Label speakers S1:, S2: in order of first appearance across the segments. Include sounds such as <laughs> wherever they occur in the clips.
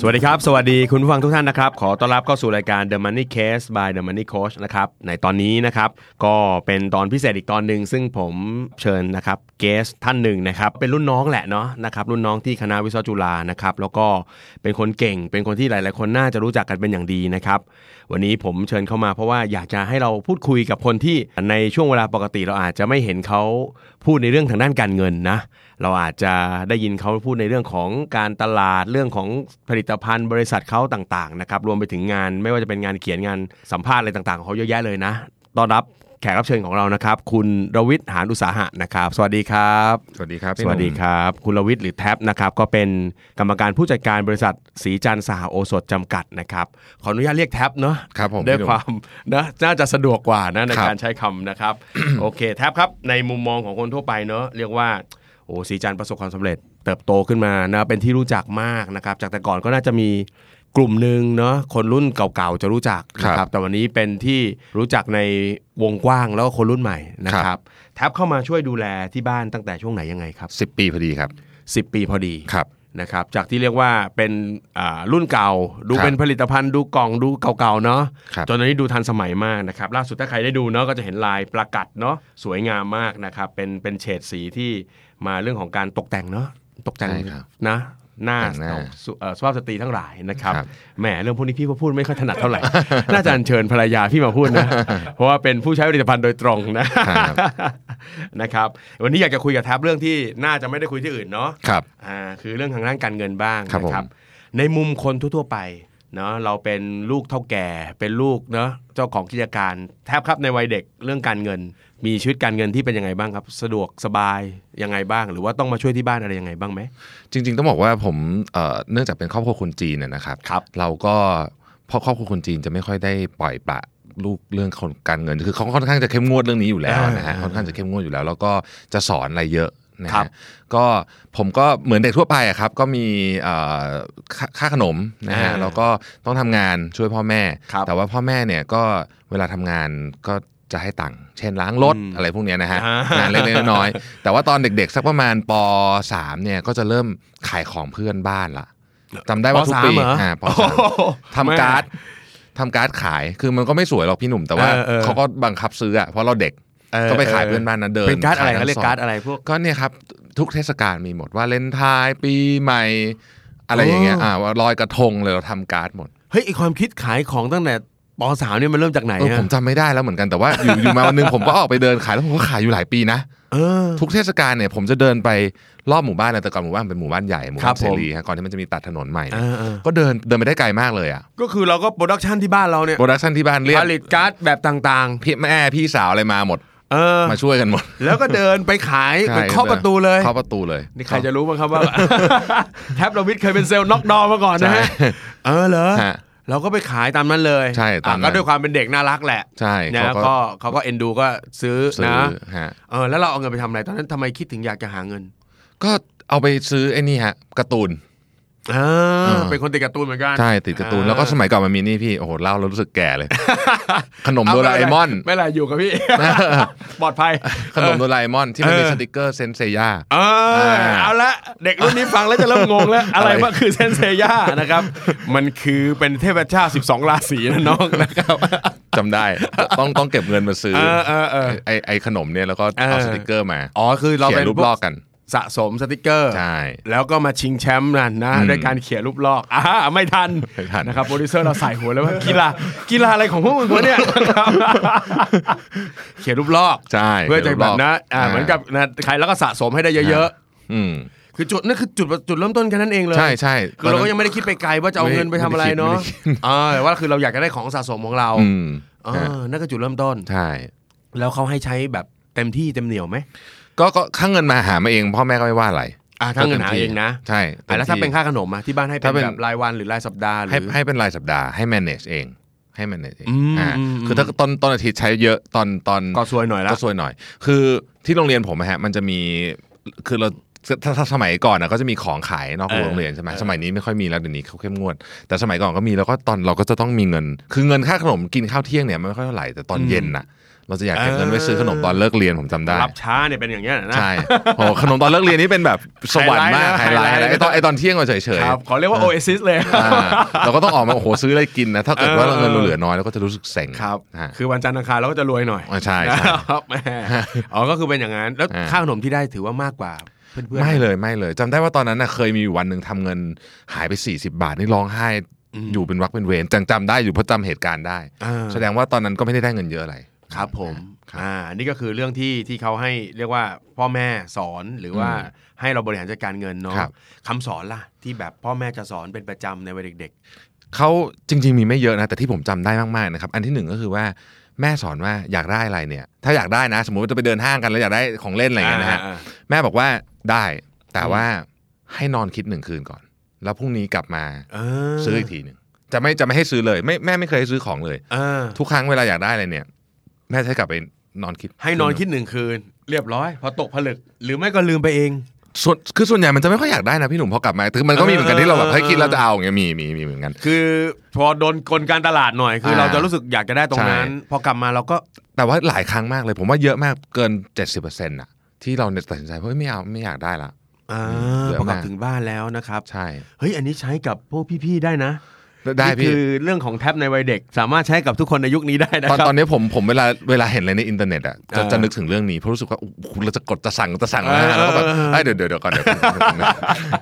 S1: สวัสดีครับ สวัสดีคุณผู้ฟังทุกท่านนะครับ ขอต้อนรับเข้าสู่รายการ The Money Case by The Money Coach นะครับ ในตอนนี้นะครับ ก็เป็นตอนพิเศษอีกตอนหนึ่งซึ่งผมเชิญนะครับเกสท่านหนึ่งนะครับ เป็นรุ่นน้องแหละเนาะนะครับ รุ่นน้องที่คณะวิศวจุฬานะครับ แล้วก็เป็นคนเก่ง เป็นคนที่หลาย ๆ คนน่าจะรู้จักกันเป็นอย่างดีนะครับ วันนี้ผมเชิญเข้ามาเพราะว่าอยากจะให้เราพูดคุยกับคนที่ในช่วงเวลาปกติเราอาจจะไม่เห็นเขาพูดในเรื่องทางด้านการเงินนะ เราอาจจะได้ยินเขาพูดในเรื่องของการตลาดเรื่องของผลิตภัณฑ์บริษัทเขาต่างๆนะครับรวมไปถึงงานไม่ว่าจะเป็นงานเขียนงานสัมภาษณ์อะไรต่างๆของเขาเยอะแยะเลยนะต้อนรับแขกรับเชิญของเรานะครับ คุณรวิทย์หานอุตสาหะนะครับ สวัสดีครับ
S2: สวัสดีครับ
S1: สวัสดีครับ คุณรวิทย์หรือแท็บนะครับก็เป็นกรรมการผู้จัดการบริษัทสีจันทร์สหโอสถจำกัดนะครับขออนุญาตเรียกแท็บเนาะ
S2: ครับผม
S1: ด้วยความ <laughs> นะน่าจะสะดวกกว่านะใน
S2: ครับ
S1: การใช้คำนะครับ โอเคแท็บครับในมุมมองของคนทั่วไปเนอะเรียกว่าโอ้สีจันทร์ประสบความสำเร็จ เติบโตขึ้นมานะเป็นที่รู้จักมากนะครับจากแต่ก่อนก็น่าจะมีกลุ่มหนึ่งเนาะคนรุ่นเก่าๆจะรู้จักนะครับแต่วันนี้เป็นที่รู้จักในวงกว้างแล้วก็คนรุ่นใหม่นะครับแท็บเข้ามาช่วยดูแลที่บ้านตั้งแต่ช่วงไหนยังไงครับ
S2: สิบปีพอดีครับ
S1: 10 ปีพอดี
S2: ครับ
S1: นะครับจากที่เรียกว่าเป็นอ่ารุ่นเก่า ดู
S2: ครับ
S1: เป็นผลิตภัณฑ์ดูกล่องดูเก่าๆเนาะ
S2: ครับ
S1: จนตอนนี้ดูทันสมัยมากนะครับล่าสุดถ้าใครได้ดูเนาะก็จะเห็นลายประกัดเนาะสวยงามมากนะครับเป็นเป็นเฉดสีที่มาเรื่องของการตกแต่งเนาะตกแต่ง
S2: ใช่ครับ
S1: นะหน้า
S2: แต่งหน้า
S1: ของสุเอ่อสุภาพสตรีทั้งหลายนะครับ
S2: ครับ
S1: แหมเรื่องพวกนี้พี่ก็พูดไม่ค่อยถนัดเท่าไหร่ <laughs> น่าจะอัญเชิญภรรยาพี่มาพูดนะ
S2: <laughs>
S1: เพราะว่าเป็นผู้ใช้ผลิตภัณฑ์โดยตรงนะ
S2: ครับ
S1: <laughs> นะครับวันนี้อยากจะคุยกับแท็บเรื่องที่น่าจะไม่ได้คุยที่อื่นเนาะ
S2: ครับ
S1: อ่าคือเรื่องทางด้านการเงินบ้าง
S2: ครับ
S1: นะครับ
S2: ผม
S1: ในมุมคนทั่วๆไปเนาะเราเป็นลูกเท่าแก่เป็นลูกเนาะเจ้าของกิจการแทบครับในวัยเด็กเรื่องการเงิน มีชีวิตการเงินที่เป็นยังไงบ้างครับ สะดวกสบายยังไงบ้าง หรือว่าต้องมาช่วยที่บ้านอะไรยังไงบ้างไหม
S2: จริง ๆ ต้องบอกว่าผมเอ่อเนื่องจากเป็นครอบครัวคนจีนนะนะครับ
S1: ครับ
S2: เราก็เพราะครอบครัวคนจีนจะไม่ค่อยได้ปล่อยปละลูกเรื่องของการเงินคือเขาค่อนข้างจะเข้มงวดเรื่องนี้อยู่แล้วนะฮะ
S1: อ่า
S2: ค่อนข้างจะเข้มงวดอยู่แล้ว แล้วก็จะสอนอะไรเยอะนะ
S1: ครั
S2: ฮะ
S1: บ
S2: ก็ผมก็เหมือนเด็กทั่วไปอะครับก็มีเอ่อค่าค่าขนมนะฮะ
S1: อ่า
S2: แล้วก็ต้องทำงานช่วยพ่อแม่
S1: ครับ
S2: แต่ว่าพ่อแม่เนี่ยก็เวลาทำงานก็จะให้ตังค์เช่นล้างรถ
S1: อืม
S2: อะไรพวกเนี้ยนะฮะ
S1: อ่าง
S2: งานเล็กๆน้อยๆแต่ว่าตอนเด็กๆ สักประมาณป .3 เนี่ยก็จะเริ่มขายของเพื่อนบ้านละ จำได้ว่าทุก
S1: ปสม
S2: ปี
S1: เหร
S2: อ่าป
S1: โอ้
S2: สาม
S1: โห
S2: ทำการ์ดทำการ์ดขาย คือมันก็ไม่สวยหรอกพี่หนุ่ม แต่ว่า
S1: เออเออ
S2: เขาก็บังคับซื้ออะเพราะเราเด็ก
S1: เออ
S2: ก็ไปขายเพื่อนบ้านนะเดิน
S1: เป็นการ์ดอะไร
S2: ขย
S1: เขา
S2: ทั้ง
S1: เรีย
S2: ซ
S1: กการ์ดอะไรพวก
S2: ก็เนี่ยครับ ทุกเทศกาลมีหมดว่าเลนไทายปีใหม่ อะไรอย่างเงี้ย
S1: อ๋ออ่
S2: อ่าว่าลอยกระทงเลยเราทำการ์ดหมด
S1: เฮ้ยไอความคิดขายของตั้งแต่ปสามเนี่ยมันเริ่มจากไหน
S2: เออ
S1: อะ
S2: ผมจำไม่ได้แล้วเหมือนกันแต่ว่าอยู่ อยู่มาวันหนึงผมก็ออกไปเดินขายแล้วผมก็ขายอยู่หลายปีนะ
S1: เออ
S2: ทุกเทศกาลเนี่ยผมจะเดินไปรอบหมู่บ้านนะแต่ก่อนหมู่บ้านเป็นหมู่บ้านใหญ่ห
S1: ครับบผ
S2: มู่้าน
S1: ม
S2: เสรีฮะก่อนที่มันจะมีตัดถนนใหม่
S1: เอ
S2: เนี่ย
S1: อเออ
S2: ก็เดินเดินไปได้ไกลมากเลยอ่ะ
S1: ก็คือเราก็โปรดักชันที่บ้านเราเนี่ย
S2: โปรดักชันที่บ้านเรียก
S1: ผลิตการ์ดแบบต่าง
S2: พี่แม่พี่สาวอะไรมาหมด
S1: ๆ เออ
S2: มาช่วยกันหมด
S1: แล้วก็เดินไปขาย
S2: ใช่
S1: ไปเคาะประตูเลย
S2: เคาะประตูเลย
S1: นี่ใครจะรู้บ้างครับ <laughs> ว่า แท็บเราวิทย์เคยเป็นเซลล์น็อกดอมาก่อนนะ
S2: ใช่
S1: ฮะ เออเหรอ
S2: ฮะ
S1: เราก็ไปขายตามนั้นเลย
S2: ใช่ตามนั้น
S1: อ่ะก็ด้วยความเป็นเด็กน่ารักแหละ
S2: ใช่
S1: นะ
S2: เขาก็
S1: ก็เขาก็เอ็นดูก็ซื้อ
S2: ซื้อ
S1: นะ
S2: ฮะ
S1: เออแล้วเราเอาเงินไปทำอะไรตอนนั้นทำไมคิดถึงอยากจะหาเงิน
S2: ก็เอาไปซื้อไอ้นี่ฮะการ์ตูน
S1: อ่า
S2: อ่า
S1: เป็นคนติดการ์ตูนเหมือนกัน
S2: ใช่ติดการ์ตูน แล้วก็สมัยก่อนมันมีนี่พี่โอ้โหเล่าแล้วรู้สึกแก่เลย ขนมโดราเอมอน
S1: ไม่เป็นไรอยู่กับพี่ ปลอดภัย
S2: ขนมโดราเอมอน ที่มันมี
S1: เออ
S2: สติกเกอร์เซนเซย่า
S1: เออ
S2: อ่า
S1: เอาละเด็กรุ่นนี้ฟังแล้วจะเริ่มงงแล้ว <laughs> อะไร
S2: อะไร
S1: ว่าคือเซนเซย่านะครับ มันคือเป็นเทพเจ้า 12 ราศีนะน้องนะครับ
S2: จำได้ต้องต้องเก็บเงินมาซื้
S1: เออเออเออ
S2: ไอไอขนมเนี่ยแล้วก็
S1: เอ
S2: เอา
S1: อ
S2: สติกเกอร์มา
S1: อ๋อคือเรา
S2: เขีย
S1: เป็น
S2: นรูปลอกกัน
S1: สะสมสติกเกอร์
S2: ใช่
S1: แล้วก็มาชิงแชมป์นั่นนะ
S2: อืม
S1: ด้วยการเขียนรูปลอกอ่าไม่ทัน
S2: ไม่ทัน
S1: นะครับโปรดิวเซอร์เราใส่หัวแล้วว่ากีฬ <laughs> ากีฬาอะไรของพวกมึงวะเนี่ยนะครับ <laughs> เขียนรูปลอก
S2: ใช่
S1: เพื่อจะ
S2: ขียนรูป
S1: แบ
S2: ล
S1: บ
S2: ก
S1: นะอ่าเหมือนกับนะใครแล้วก็สะสมให้ได้เยอะ
S2: อืม
S1: ๆ คือจุดนั่นคือจุดจุดเริ่มต้นแค่นั้นเองเลย
S2: ใช่ใช่
S1: คือเราก็ยังไม่ได้คิดไปไกลว่าจะเอาเงินไปทำอะไรเนาะ
S2: ไม่ได้คิด
S1: อ่าแต่ว่าคือเราอยากจะได้ของสะสมของเรา
S2: อืม
S1: เอ
S2: ฮะ
S1: อนั่นก็จุดเริ่มต้น
S2: ใช่
S1: แล้วเขาให้ใช้แบบเต็มที่เต็มเหนียวไหม
S2: ก็ก็ค่าเงินมาหามาเองพ่อแม่ก็ไม่ว่าอะไร
S1: อ่าถ้าเงินหาเองนะ
S2: ใช่
S1: อ่าแล้วถ้าเป็นค่าขนมอะที่บ้านให้เป็นแบบรายวันหรือรายสัปดาห์หรื
S2: ให้
S1: อ
S2: ให้เป็นรายสัปดาห์ให้ manage เอง ให้มันหน่อยสิ
S1: อืม
S2: อ่า
S1: อืม
S2: คือถ้าต้นต้นอาทิตย์ใช้เยอะตอนตอน
S1: ก็ซวยหน่อยละ
S2: ก็ซวยหน่อย คือที่โรงเรียนผมอะฮะมันจะมี คือเราถ้าถ้าสมัยก่อนอะก็จะมีของขายนอก
S1: เออ
S2: โรงเรียนใช่ไหม
S1: เออ
S2: สมัยนี้ไม่ค่อยมีแล้วเดี๋ยวนี้เขาเข้มงวด แต่สมัยก่อนก็มีแล้วก็ตอนเราก็จะต้องมีเงิน คือเงินค่าขนมกินข้าวเที่ยงเนี่ยมันไม่ค่อยเท่าไหร่แต่ตอนเย็นน่ะ เราจะอยากเก็บเงินไว้ซื้อขนมตอนเลิกเรียนผมจำได้
S1: รับช้าเนี่ยเป็นอย่างเงี้ยนะ
S2: ใช่โอ้ขนมตอนเลิกเรียนนี่เป็นแบบสวรรค์มากไฮ
S1: ไฮ
S2: ไล
S1: ไลท์
S2: ท์
S1: นะ
S2: นะ
S1: ไฮไลท์
S2: ไอตอนไอตอนเที่ยงเราเฉย
S1: ครับขอเรียกว่าโอเอซิสเลย
S2: ๆอ่าเราก็ต้องออกมาโอ้โหซื้ออะไรกินนะถ้าเกิดว่า
S1: เออ
S2: เงินเราเหลือน้อยเราก็จะรู้สึกเซ็ง
S1: ครับ
S2: นะฮะ
S1: คือวันจันทร์อังคารเราก็จะรวยหน่อย
S2: อ๋อใช่ใช่
S1: ครับแหม่อ๋อก็คือเป็นอย่างนั้น แล้ว
S2: อ่า
S1: ค่าขนมที่ได้ถือว่ามากกว่าเพื่อนๆ
S2: ไม่เลยไม่เลยจำได้ว่าตอนนั้นนะเคยมีอยู่วันหนึ่งทำเงินหายไป 40 บาทนี่ร้องไห้
S1: อืม
S2: อยู่เป็นวักเป็นเวรจังจำได้อยู่เพราะจำเหตุการณ์ได้
S1: อ่า
S2: แสดงว่าตอนนั้นก็ไม่ได้ได้เงินเยอะอะไร
S1: ครับผมอ่าอันนี่ก็คือเรื่องที่ที่เขาให้เรียกว่าพ่อแม่สอนหรือว่า
S2: อื
S1: ให้เราบริหารจัดการเงินเนาะ
S2: ครับ
S1: คำสอนล่ะที่แบบพ่อแม่จะสอนเป็นประจำในวัยเด็ก
S2: เขาจริง ๆ มีไม่เยอะนะ แต่ที่ผมจำได้มากๆนะครับ อันที่หนึ่งก็คือว่าแม่สอนว่าอยากได้อะไรเนี่ย ถ้าอยากได้นะ สมมติว่าจะไปเดินห้างกันแล้วอยากได้ของเล่น
S1: ๆ
S2: อะไรอย่างเงี้ยนะฮะแม่บอกว่าได้แต่ว่าให้นอนคิดหนึ่งคืนก่อน แล้วพรุ่งนี้กลับมา
S1: เออ
S2: ซื้ออีกทีหนึ่งจะไม่จะไม่ให้ซื้อเลยไม่แม่ไม่เคยให้ซื้อของเลย
S1: เออ
S2: ทุกครั้งเวลาอยากได้อะไรเนี่ย แม่จะให้กลับไปนอนคิด
S1: ให้นอนคิดหนึ่งคืน เรียบร้อย พอตกผลึก หรือไม่ก็ลืมไปเอง
S2: ส่วนคือส่วนใหญ่มันจะไม่ค่อยอยากได้นะพี่หนุ่มพอกลับมาคือมันก็มีเหมือนกันที่เราแบบเฮ้ยคิดเราจะเอาอย่างเงี้ยมีมีมีเหมือนกัน
S1: คือพอโดนกลการตลาดหน่อย คือ
S2: อ่า
S1: เราจะรู้สึกอยากจะได้ตรงนั้น
S2: ใช่
S1: พอกลับมาเราก็
S2: แต่ว่าหลายครั้งมากเลยผมว่าเยอะมากเกิน 70%อน่ะที่เราเนี่ยตัดสินใจเฮ้ยไม่เอาไม่อยากได้ละ
S1: อ่า
S2: เบื่อมาก
S1: พอกลับถึงบ้านแล้วนะครับ
S2: ใช่
S1: เฮ้ย อันนี้ใช้กับพวกพี่ๆได้นะ
S2: ได้
S1: นี่
S2: พี่
S1: คือเรื่องของแท็บในวัยเด็ก สามารถใช้กับทุกคนในยุคนี้ได้นะ
S2: ตอน
S1: ครับ
S2: ตอนนี้ผมผมเวลาเวลาเห็นอะไรในอินเทอร์เน็ตอ่ะจะ
S1: อ่า
S2: จะนึกถึงเรื่องนี้เพราะรู้สึกว่าโอ้โหเราจะกดจะสั่งจะสั่งแล้ว
S1: เออ
S2: นะแล้วก็แบบเอ้ยเดี๋ยวเดี๋ยวเดี๋ยวก่อนเดี๋ยวก่อนเดี๋ยวก่อน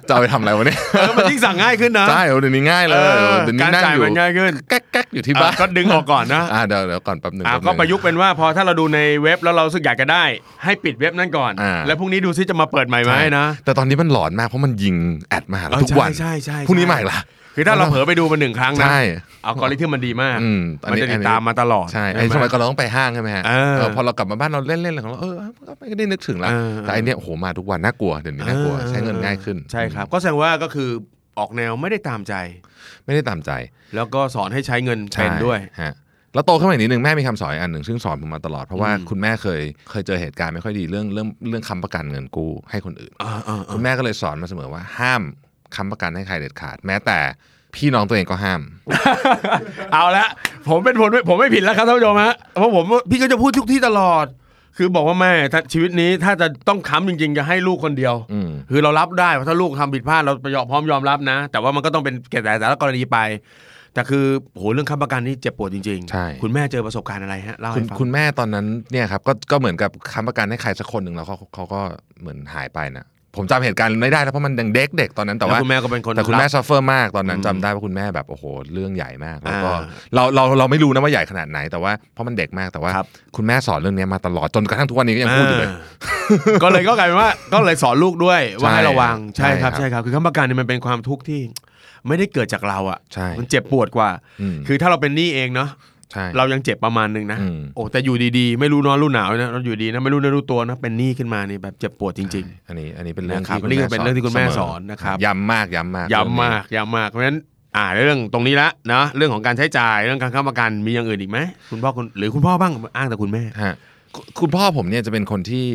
S2: จะเอาไปทำอะไรวะเนี่ย
S1: เออมันยิ่งสั่งง่ายขึ้นนะ
S2: ใช่เดี๋ยวนี้ง่ายเลย
S1: เออ
S2: เดี๋ยวนี้
S1: การ
S2: นั่ง
S1: จ่าย
S2: อยู่
S1: มันง่ายขึ้น
S2: แก๊กแก๊กอยู่ที่บ้าน
S1: อ่ะก็ดึงออกก่อนนะ
S2: อ่าเดี๋ยวเดี๋ยวก่อนแป๊บหนึ่ง
S1: อ่ะ
S2: แป๊บหนึ่ง
S1: ก็ประยุกต์เป็นว่าพอถ้าเราดูในเว็บแล้วเรารู้สึกอยากจะได้ ให้ปิดเว็บนั้นก่อน
S2: อ่า
S1: แล้วพรุ่งนี้ดูซิจะมาเปิดใหม่ไหมนะ
S2: แต่ตอนนี้มันหลอนมากเพราะมันยิงแอดมาหาเราทุกวัน
S1: เออใช่ใช่ใช่
S2: พรุ่งนี้มาอีกละ
S1: คือถ้าเราเผลอไปดูมันหนึ่งครั้งนะ
S2: ใช่
S1: เอากริทึมมันดีมาก
S2: อืมอัน
S1: มัน
S2: นี้
S1: จะติ
S2: อั
S1: ด
S2: นนี้
S1: ตามมาตลอด
S2: ใช่
S1: ไห
S2: ไอ้สมัยก่อนเราต้องไปห้างใช่ไหมฮะ
S1: เออ
S2: เออพอเรากลับมาบ้านเราเล่นๆอะไรของเราเออก็ไม่ได้นึกถึงละ
S1: เออ
S2: แต่อันเนี้ยโอ้โหมาทุกวันน่ากลัวเดี๋ยวนี้น่ากลัวใช้เงินง่ายขึ้น
S1: ใช่ครับ ก็แสดงว่าก็คือออกแนวไม่ได้ตามใจ
S2: ไม่ได้ตามใจ
S1: แล้วก็สอนให้ใช้เงิน
S2: ใช่
S1: เป็นด้วย
S2: ฮะแล้วโตขึ้นมาอีกนิดนึงแม่มีคำสอนอีกอันหนึ่งซึ่งสอนผมมาตลอดเพราะว่า
S1: อืม
S2: คุณแม่เคยเคยเจอเหตุการณ์ไม่ค่อยดีเรื่องเรื่องเรื่องค้ำประกันเงินกู้ให้คนอื่น
S1: อ่าอ่าอ่า
S2: คุณแม่ก็เลยสอนมาเสมอว่าห้ามค้ำประกันให้ใครเด็ดขาด แม้แต่พี่น้องตัวเองก็ห้าม
S1: เอาละผมเป็นผมผมไม่ผิดแล้วครับท่านผู้ชมฮะเพราะผมพี่ก็จะพูดทุกที่ตลอด คือบอกว่าแม่ถ้าชีวิตนี้ถ้าจะต้องค้ำจริงๆจะให้ลูกคนเดียว
S2: อืม
S1: คือเรารับได้ว่าถ้าลูกทำผิดพลาดเรายอมพร้อมยอมรับนะ แต่ว่ามันก็ต้องเป็นเกตแต่แต่ละกรณีไป แต่คือโหเรื่องค้ำประกันนี่เจ็บปวดจริง
S2: ใช่
S1: คุณแม่เจอประสบการณ์อะไรฮะเล่า
S2: คุ
S1: ให้
S2: ณ
S1: ฟัง
S2: คุณแม่ตอนนั้นเนี่ยครับก็ก็เหมือนกับค้ำประกันให้ใครสักคนหนึ่งแล้วเขาเขาก็เหมือนหายไปนะผมจำเหตุการณ์ไม่ได้แล้วเพราะมันยังเด็กเด็กๆตอนนั้นแต่
S1: ล้
S2: ว่า
S1: คุณแม่ก็เป็นคน
S2: แต่คุณแม่
S1: รับ
S2: ซัฟเฟอร์มากตอนนั้น
S1: อืม
S2: จำได้ว่าคุณแม่แบบโอ้โหเรื่องใหญ่มากแล้วก็
S1: อ่า
S2: เราเราเราไม่รู้นะว่าใหญ่ขนาดไหนแต่ว่าเพราะมันเด็กมากแต่ว่า
S1: ครับ
S2: คุณแม่สอนเรื่องเนี้ยมาตลอดจนกระทั่งทุกวันนี้ก็ยังพูดอยู่เลย
S1: ออ <laughs> ก็เลยก็กลายเป็นว่าก็เลยสอนลูกด้วยว่าให้ระวัง
S2: ใช่
S1: ใช่ครับ
S2: ครับ
S1: ใช่ครับคือคำประกันเนี่ยมันเป็นความทุกข์ที่ไม่ได้เกิดจากเราอ่ะ
S2: ใช่
S1: มันเจ็บปวดกว่า
S2: ม
S1: คือถ้าเราเป็นหนี้เองเนาะ
S2: ใช่
S1: เรายังเจ็บประมาณหนึงนะ
S2: อืม
S1: โอ้แต่อยู่ดีๆ ไม่รู้นอนรู้หนาวนะเราอยู่ดีนะไม่รู้เนื้อรู้ตัวนะเป็นหนี้ขึ้นมานี่แบบเจ็บปวดจริง ๆ
S2: อันนี้อันนี้เป็นเรื่อง
S1: นะครับ
S2: ที่
S1: อันนี้ก็เป็นเรื่องที่คุณแม่สอนนะครับ
S2: ย้ำมากย้ำมาก
S1: ย้ำมากย้ำมากเพราะฉะนั้นอ่าเรื่องตรงนี้ละนะเรื่องของการใช้จ่ายเรื่องการค้ำประกันมีอย่างอื่นอีกไหมคุณพ่อคุณหรือคุณพ่อบ้างอ้างแต่คุณแม่
S2: ฮะคุณคุณพ่อผมเนี่ยจะเป็นคนที่